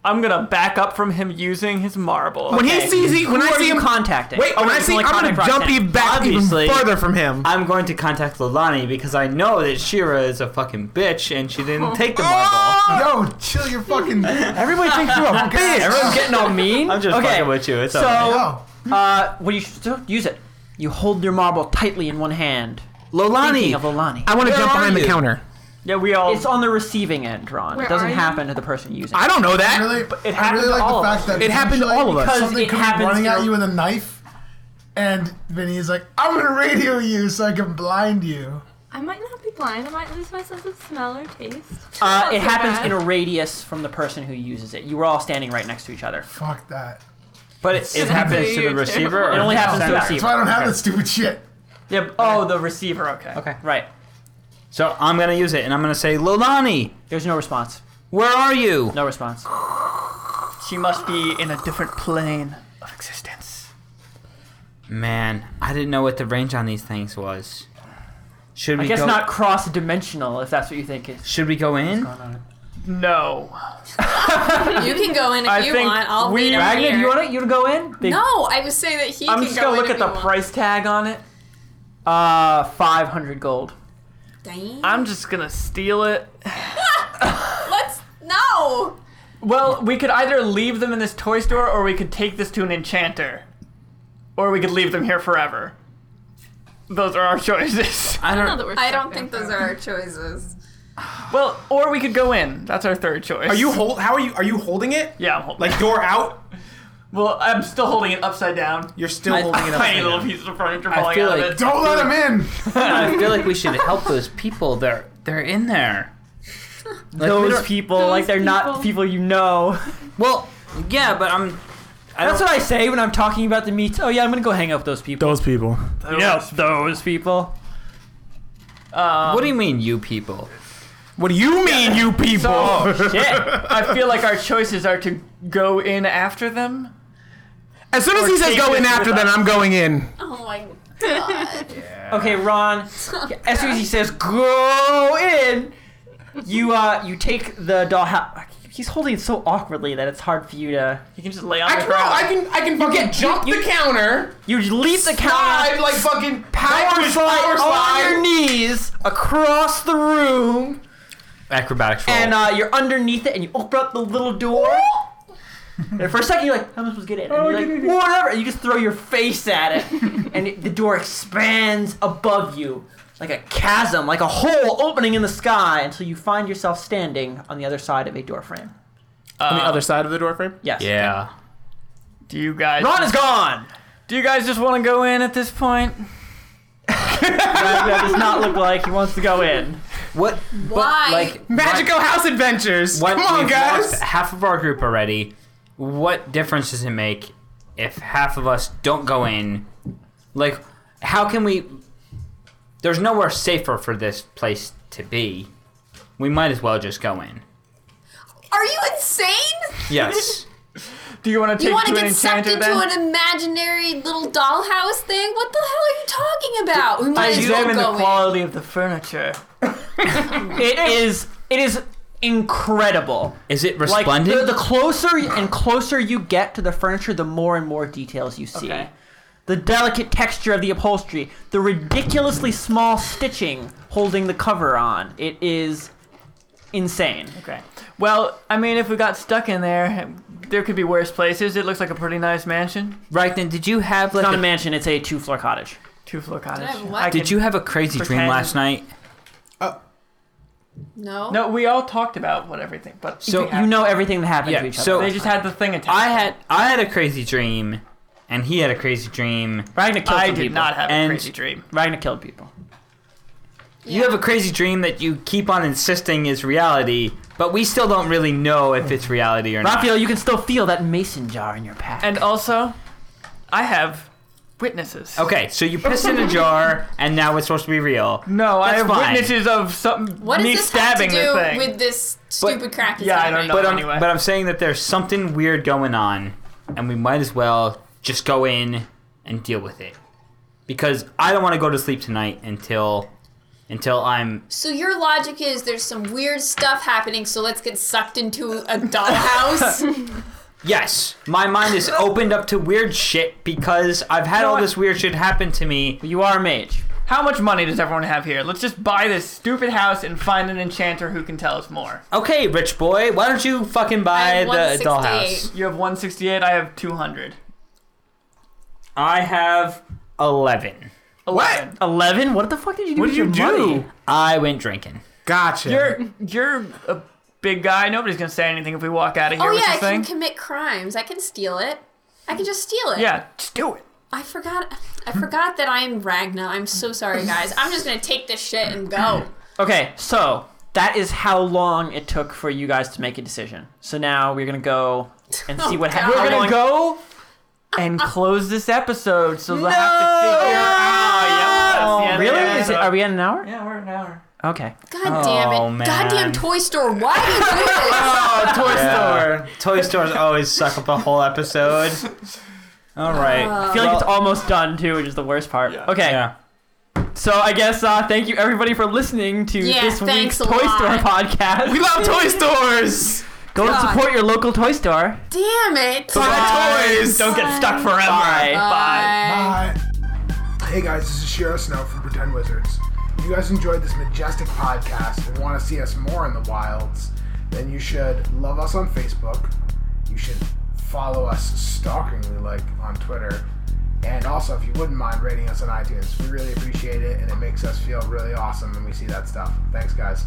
Speaker 5: I'm gonna back up from him using his marble.
Speaker 3: when he sees he, when
Speaker 1: Who
Speaker 3: I
Speaker 1: are
Speaker 3: see
Speaker 1: you
Speaker 3: him
Speaker 1: contacting?
Speaker 3: Wait,
Speaker 1: Oh,
Speaker 3: when
Speaker 1: no,
Speaker 3: I
Speaker 1: you
Speaker 3: see
Speaker 1: can
Speaker 3: I'm
Speaker 1: only
Speaker 3: gonna
Speaker 1: contact
Speaker 3: jump
Speaker 1: Roxanne.
Speaker 3: you back
Speaker 8: Obviously.
Speaker 3: even further from him.
Speaker 8: I'm going to contact Lilani because I know that Shira is a fucking bitch and she didn't take the marble.
Speaker 6: Yo, chill your fucking.
Speaker 3: Everybody thinks you're a
Speaker 1: Everyone's getting all mean.
Speaker 8: I'm just
Speaker 1: okay.
Speaker 8: fucking with you. It's
Speaker 1: so,
Speaker 8: all right.
Speaker 6: Oh,
Speaker 1: uh, what you should do, use it. You hold your marble tightly in one hand. Thinking of
Speaker 3: Lolani.
Speaker 1: Olani.
Speaker 3: I want to
Speaker 8: Where
Speaker 3: jump
Speaker 8: are
Speaker 3: behind the
Speaker 8: you?
Speaker 3: counter.
Speaker 5: yeah, we all.
Speaker 1: It's on the receiving end, Ron.
Speaker 7: Where
Speaker 1: it doesn't
Speaker 7: are you?
Speaker 1: happen to the person using it.
Speaker 3: I don't know that.
Speaker 6: really?
Speaker 5: it
Speaker 6: I
Speaker 5: happened
Speaker 6: really
Speaker 5: to
Speaker 6: like
Speaker 5: all of
Speaker 6: the
Speaker 5: us.
Speaker 6: fact that
Speaker 3: It happened to
Speaker 6: eventually
Speaker 3: all of us.
Speaker 1: Because
Speaker 6: Something
Speaker 1: it
Speaker 6: could be
Speaker 1: happens
Speaker 6: running
Speaker 1: to-
Speaker 6: at you with a knife, and Vinny's like, "I'm gonna radio you so I can blind you."
Speaker 7: I might not be blind. I might lose my sense of smell or taste.
Speaker 1: Uh,
Speaker 7: Not
Speaker 1: it
Speaker 7: so
Speaker 1: happens
Speaker 7: bad.
Speaker 1: in a radius from the person who uses it. You were all standing right next to each other.
Speaker 6: Fuck that.
Speaker 8: But it, it happens to the receiver. Or
Speaker 1: It only happens to the
Speaker 6: That's why I
Speaker 1: receiver.
Speaker 6: don't have that stupid shit.
Speaker 5: yeah, oh, the receiver. Okay.
Speaker 8: Okay.
Speaker 1: Right.
Speaker 8: So I'm gonna use it and I'm gonna say, Lilani,
Speaker 1: There's no response.
Speaker 8: where are you?
Speaker 1: No response.
Speaker 5: She must be in a different plane of existence.
Speaker 8: Man, I didn't know what the range on these things was. Should we
Speaker 1: I guess
Speaker 8: go?
Speaker 1: not cross-dimensional, if that's what you think. It's
Speaker 8: Should we go in?
Speaker 5: No.
Speaker 4: You can go in if
Speaker 5: I
Speaker 4: you
Speaker 5: think
Speaker 4: want. I'll
Speaker 5: we-
Speaker 4: wait over
Speaker 1: Ragnar,
Speaker 4: here.
Speaker 1: you want to you wanna go in? Big,
Speaker 4: No, I was saying that he
Speaker 5: I'm
Speaker 4: can
Speaker 5: just
Speaker 4: go
Speaker 5: gonna
Speaker 4: in
Speaker 5: look
Speaker 4: if
Speaker 5: at the
Speaker 4: he wants.
Speaker 5: price tag on it.
Speaker 1: Uh, 500 gold.
Speaker 4: Damn.
Speaker 5: I'm just gonna steal it.
Speaker 4: Let's no.
Speaker 5: Well, we could either leave them in this toy store or we could take this to an enchanter. Or we could leave them here forever. Those are our choices.
Speaker 7: I don't know that we're
Speaker 4: I don't
Speaker 7: stuck there
Speaker 4: think those are
Speaker 7: forever.
Speaker 4: our choices.
Speaker 5: Well, or we could go in. That's our third choice.
Speaker 3: Are you hold? How are you? Are you holding it?
Speaker 5: Yeah, I'm holding.
Speaker 3: Like door out.
Speaker 5: well, I'm still holding it upside down.
Speaker 3: You're still holding it up.
Speaker 5: Tiny little pieces of furniture
Speaker 8: I
Speaker 1: Oh
Speaker 5: falling
Speaker 8: feel
Speaker 5: out
Speaker 8: like-
Speaker 5: of it.
Speaker 6: Don't let him in.
Speaker 8: I feel like we should help those people. They're they're in there. Like, we
Speaker 1: Those
Speaker 8: don't-
Speaker 1: people,
Speaker 7: Those
Speaker 1: like they're not
Speaker 7: people.
Speaker 1: people you know.
Speaker 8: Well, yeah, but I'm. I
Speaker 1: That's
Speaker 8: don't-
Speaker 1: what I say when I'm talking about the meats. Oh yeah, I'm gonna go hang out with those people.
Speaker 6: Those people.
Speaker 1: Yes, those people. Um,
Speaker 8: what do you mean, you people?
Speaker 6: What do you mean, you people?
Speaker 1: Yeah.
Speaker 5: I feel like our choices are to go in after them.
Speaker 3: As soon as he says go in after, then I'm going in.
Speaker 4: Oh my
Speaker 1: okay, Ron. As soon as he says go in, you uh you take the doll. Ha- He's holding it so awkwardly that it's hard for you to.
Speaker 5: You can just lay on
Speaker 3: I
Speaker 5: the
Speaker 3: can, no,
Speaker 5: ground.
Speaker 3: I can, I can fucking jump
Speaker 1: you-
Speaker 3: the counter,
Speaker 1: You leap the counter.
Speaker 3: slide like fucking power
Speaker 1: Power
Speaker 3: slide,
Speaker 1: slide on your knees across the room,
Speaker 8: Acrobatics roll.
Speaker 1: and uh, you're underneath it, and you open up the little door. And for a second, you're like, "How am I supposed to get in?" And you're like, "Whatever," and you just throw your face at it, and it, the door expands above you like a chasm, like a hole opening in the sky, until you find yourself standing on the other side of a door frame.
Speaker 3: on the other side of the door frame.
Speaker 1: Yes.
Speaker 8: yeah.
Speaker 5: Do you guys?
Speaker 1: Ron is gone.
Speaker 5: Do you guys just want to go in at this point?
Speaker 1: that does not look like he wants to go in.
Speaker 8: What?
Speaker 4: Why?
Speaker 8: Like
Speaker 3: Magical House Adventures.
Speaker 8: What,
Speaker 3: Come on,
Speaker 8: we've
Speaker 3: guys.
Speaker 8: lost half of our group already. What difference does it make if half of us don't go in? Like, how can we? There's nowhere safer for this place to be. We might as well just go in.
Speaker 4: Are you insane?
Speaker 8: Yes.
Speaker 5: Do you want to take
Speaker 4: You want to
Speaker 5: to an
Speaker 4: get sucked
Speaker 5: enchanter
Speaker 4: into
Speaker 5: then?
Speaker 4: an imaginary little dollhouse thing? What the hell are you talking about? We might as well
Speaker 5: Examine the
Speaker 4: go in.
Speaker 5: quality of the furniture.
Speaker 1: It is. It is incredible.
Speaker 8: Is it
Speaker 1: Like
Speaker 8: resplendent?
Speaker 1: the, the closer and closer you get to the furniture, the more and more details you see.
Speaker 5: Okay.
Speaker 1: The delicate texture of the upholstery, the ridiculously small stitching holding the cover on. It is insane.
Speaker 5: Okay. Well, I mean, if we got stuck in there, there could be worse places. It looks like a pretty nice mansion,
Speaker 8: right then, did you have
Speaker 1: It's
Speaker 8: like?
Speaker 1: not a
Speaker 8: A,
Speaker 1: mansion, it's a two floor cottage.
Speaker 5: two floor cottage.
Speaker 4: I have what?
Speaker 5: I
Speaker 8: did
Speaker 5: can-
Speaker 8: you have a crazy dream
Speaker 5: pretend-
Speaker 8: last night?
Speaker 4: No.
Speaker 5: No, we all talked about what everything, but
Speaker 8: So
Speaker 5: they
Speaker 1: You know everything that happened
Speaker 8: Yeah,
Speaker 1: to each other.
Speaker 8: so-
Speaker 5: they just had the thing attached.
Speaker 8: I had I had a crazy dream, and he had a crazy dream.
Speaker 1: Ragnar killed
Speaker 5: I
Speaker 1: some
Speaker 5: did
Speaker 1: people.
Speaker 5: not have a
Speaker 8: And-
Speaker 5: crazy dream.
Speaker 1: Ragnar killed people.
Speaker 8: You have a crazy dream that you keep on insisting is reality, but we still don't really know if it's reality or not.
Speaker 1: Raphael, you can still feel that mason jar in your pack.
Speaker 5: And also, I have witnesses.
Speaker 8: Okay, so you pissed in a jar, and now it's supposed to be real.
Speaker 1: Mm.
Speaker 5: No, I
Speaker 8: That's
Speaker 5: have
Speaker 8: fine.
Speaker 5: witnesses of some
Speaker 4: What does
Speaker 5: me
Speaker 4: this have to
Speaker 5: stabbing the
Speaker 4: do
Speaker 5: thing.
Speaker 4: with this stupid crack? that's
Speaker 5: Yeah, I don't
Speaker 4: happening?
Speaker 5: know.
Speaker 8: But I'm,
Speaker 5: Anyway.
Speaker 8: but I'm saying that there's something weird going on, and we might as well just go in and deal with it. Because I don't want to go to sleep tonight until until I'm
Speaker 4: So your logic is there's some weird stuff happening, so let's get sucked into a dollhouse.
Speaker 8: yes, my mind is opened up to weird shit because I've had all
Speaker 5: what?
Speaker 8: this weird shit happen to me.
Speaker 1: you are a mage.
Speaker 5: How much money does everyone have here? Let's just buy this stupid house and find an enchanter who can tell us more.
Speaker 8: Okay, rich boy, why don't you fucking buy
Speaker 4: have
Speaker 8: the
Speaker 4: 168.
Speaker 8: dollhouse?
Speaker 5: You have 168, I have 200.
Speaker 8: I have 11.
Speaker 5: 11.
Speaker 1: 11? What the fuck did you do
Speaker 3: What
Speaker 1: with
Speaker 3: did you
Speaker 1: your
Speaker 3: do?
Speaker 1: money?
Speaker 8: I went drinking.
Speaker 3: Gotcha.
Speaker 5: You're you're a big guy. Nobody's gonna say anything if we walk out of here
Speaker 4: oh
Speaker 5: with
Speaker 4: yeah, I
Speaker 5: this thing.
Speaker 4: can commit crimes. I can steal it. I can just steal it.
Speaker 5: yeah, just do it.
Speaker 4: I forgot. I forgot that I'm Ragna. I'm so sorry, guys. I'm just gonna take this shit and go.
Speaker 1: Okay, so that is how long it took for you guys to make a decision. So now we're gonna go and see what
Speaker 4: Oh,
Speaker 1: happens.
Speaker 4: God.
Speaker 5: We're
Speaker 4: We're
Speaker 1: How
Speaker 5: gonna
Speaker 1: long-
Speaker 5: go and close this episode, so they'll have to figure out. Oh, yeah, that's the end of the
Speaker 1: Oh, Really? Is it,
Speaker 5: episode.
Speaker 1: are we at an hour?
Speaker 5: yeah, we're an hour.
Speaker 1: Okay.
Speaker 4: God damn it!
Speaker 8: Oh, man.
Speaker 4: Goddamn Toy Store. Why do you do this?
Speaker 3: oh, Toy
Speaker 8: Yeah.
Speaker 3: Store.
Speaker 8: Toy stores always suck up a whole episode. All right.
Speaker 1: I feel like it's almost done too, which is the worst part. Okay,
Speaker 8: yeah.
Speaker 1: so I guess uh, thank you everybody for listening to
Speaker 4: Yeah,
Speaker 1: this week's
Speaker 4: thanks
Speaker 1: Toy
Speaker 4: a lot.
Speaker 1: Store podcast.
Speaker 3: We love toy stores.
Speaker 1: Go and
Speaker 4: God.
Speaker 1: support your local toy store.
Speaker 4: Damn it!
Speaker 3: Buy toys.
Speaker 5: Don't get stuck forever.
Speaker 1: Bye.
Speaker 6: Hi. Hey guys, this is Shiro Snow from Pretend Wizards. If you guys enjoyed this majestic podcast and want to see us more in the wilds,
Speaker 3: then you should love us on Facebook. You should follow us stalkingly, like on Twitter. And also, if you wouldn't mind rating us on iTunes, we really appreciate it, and it makes us feel really awesome when we see that stuff. Thanks, guys.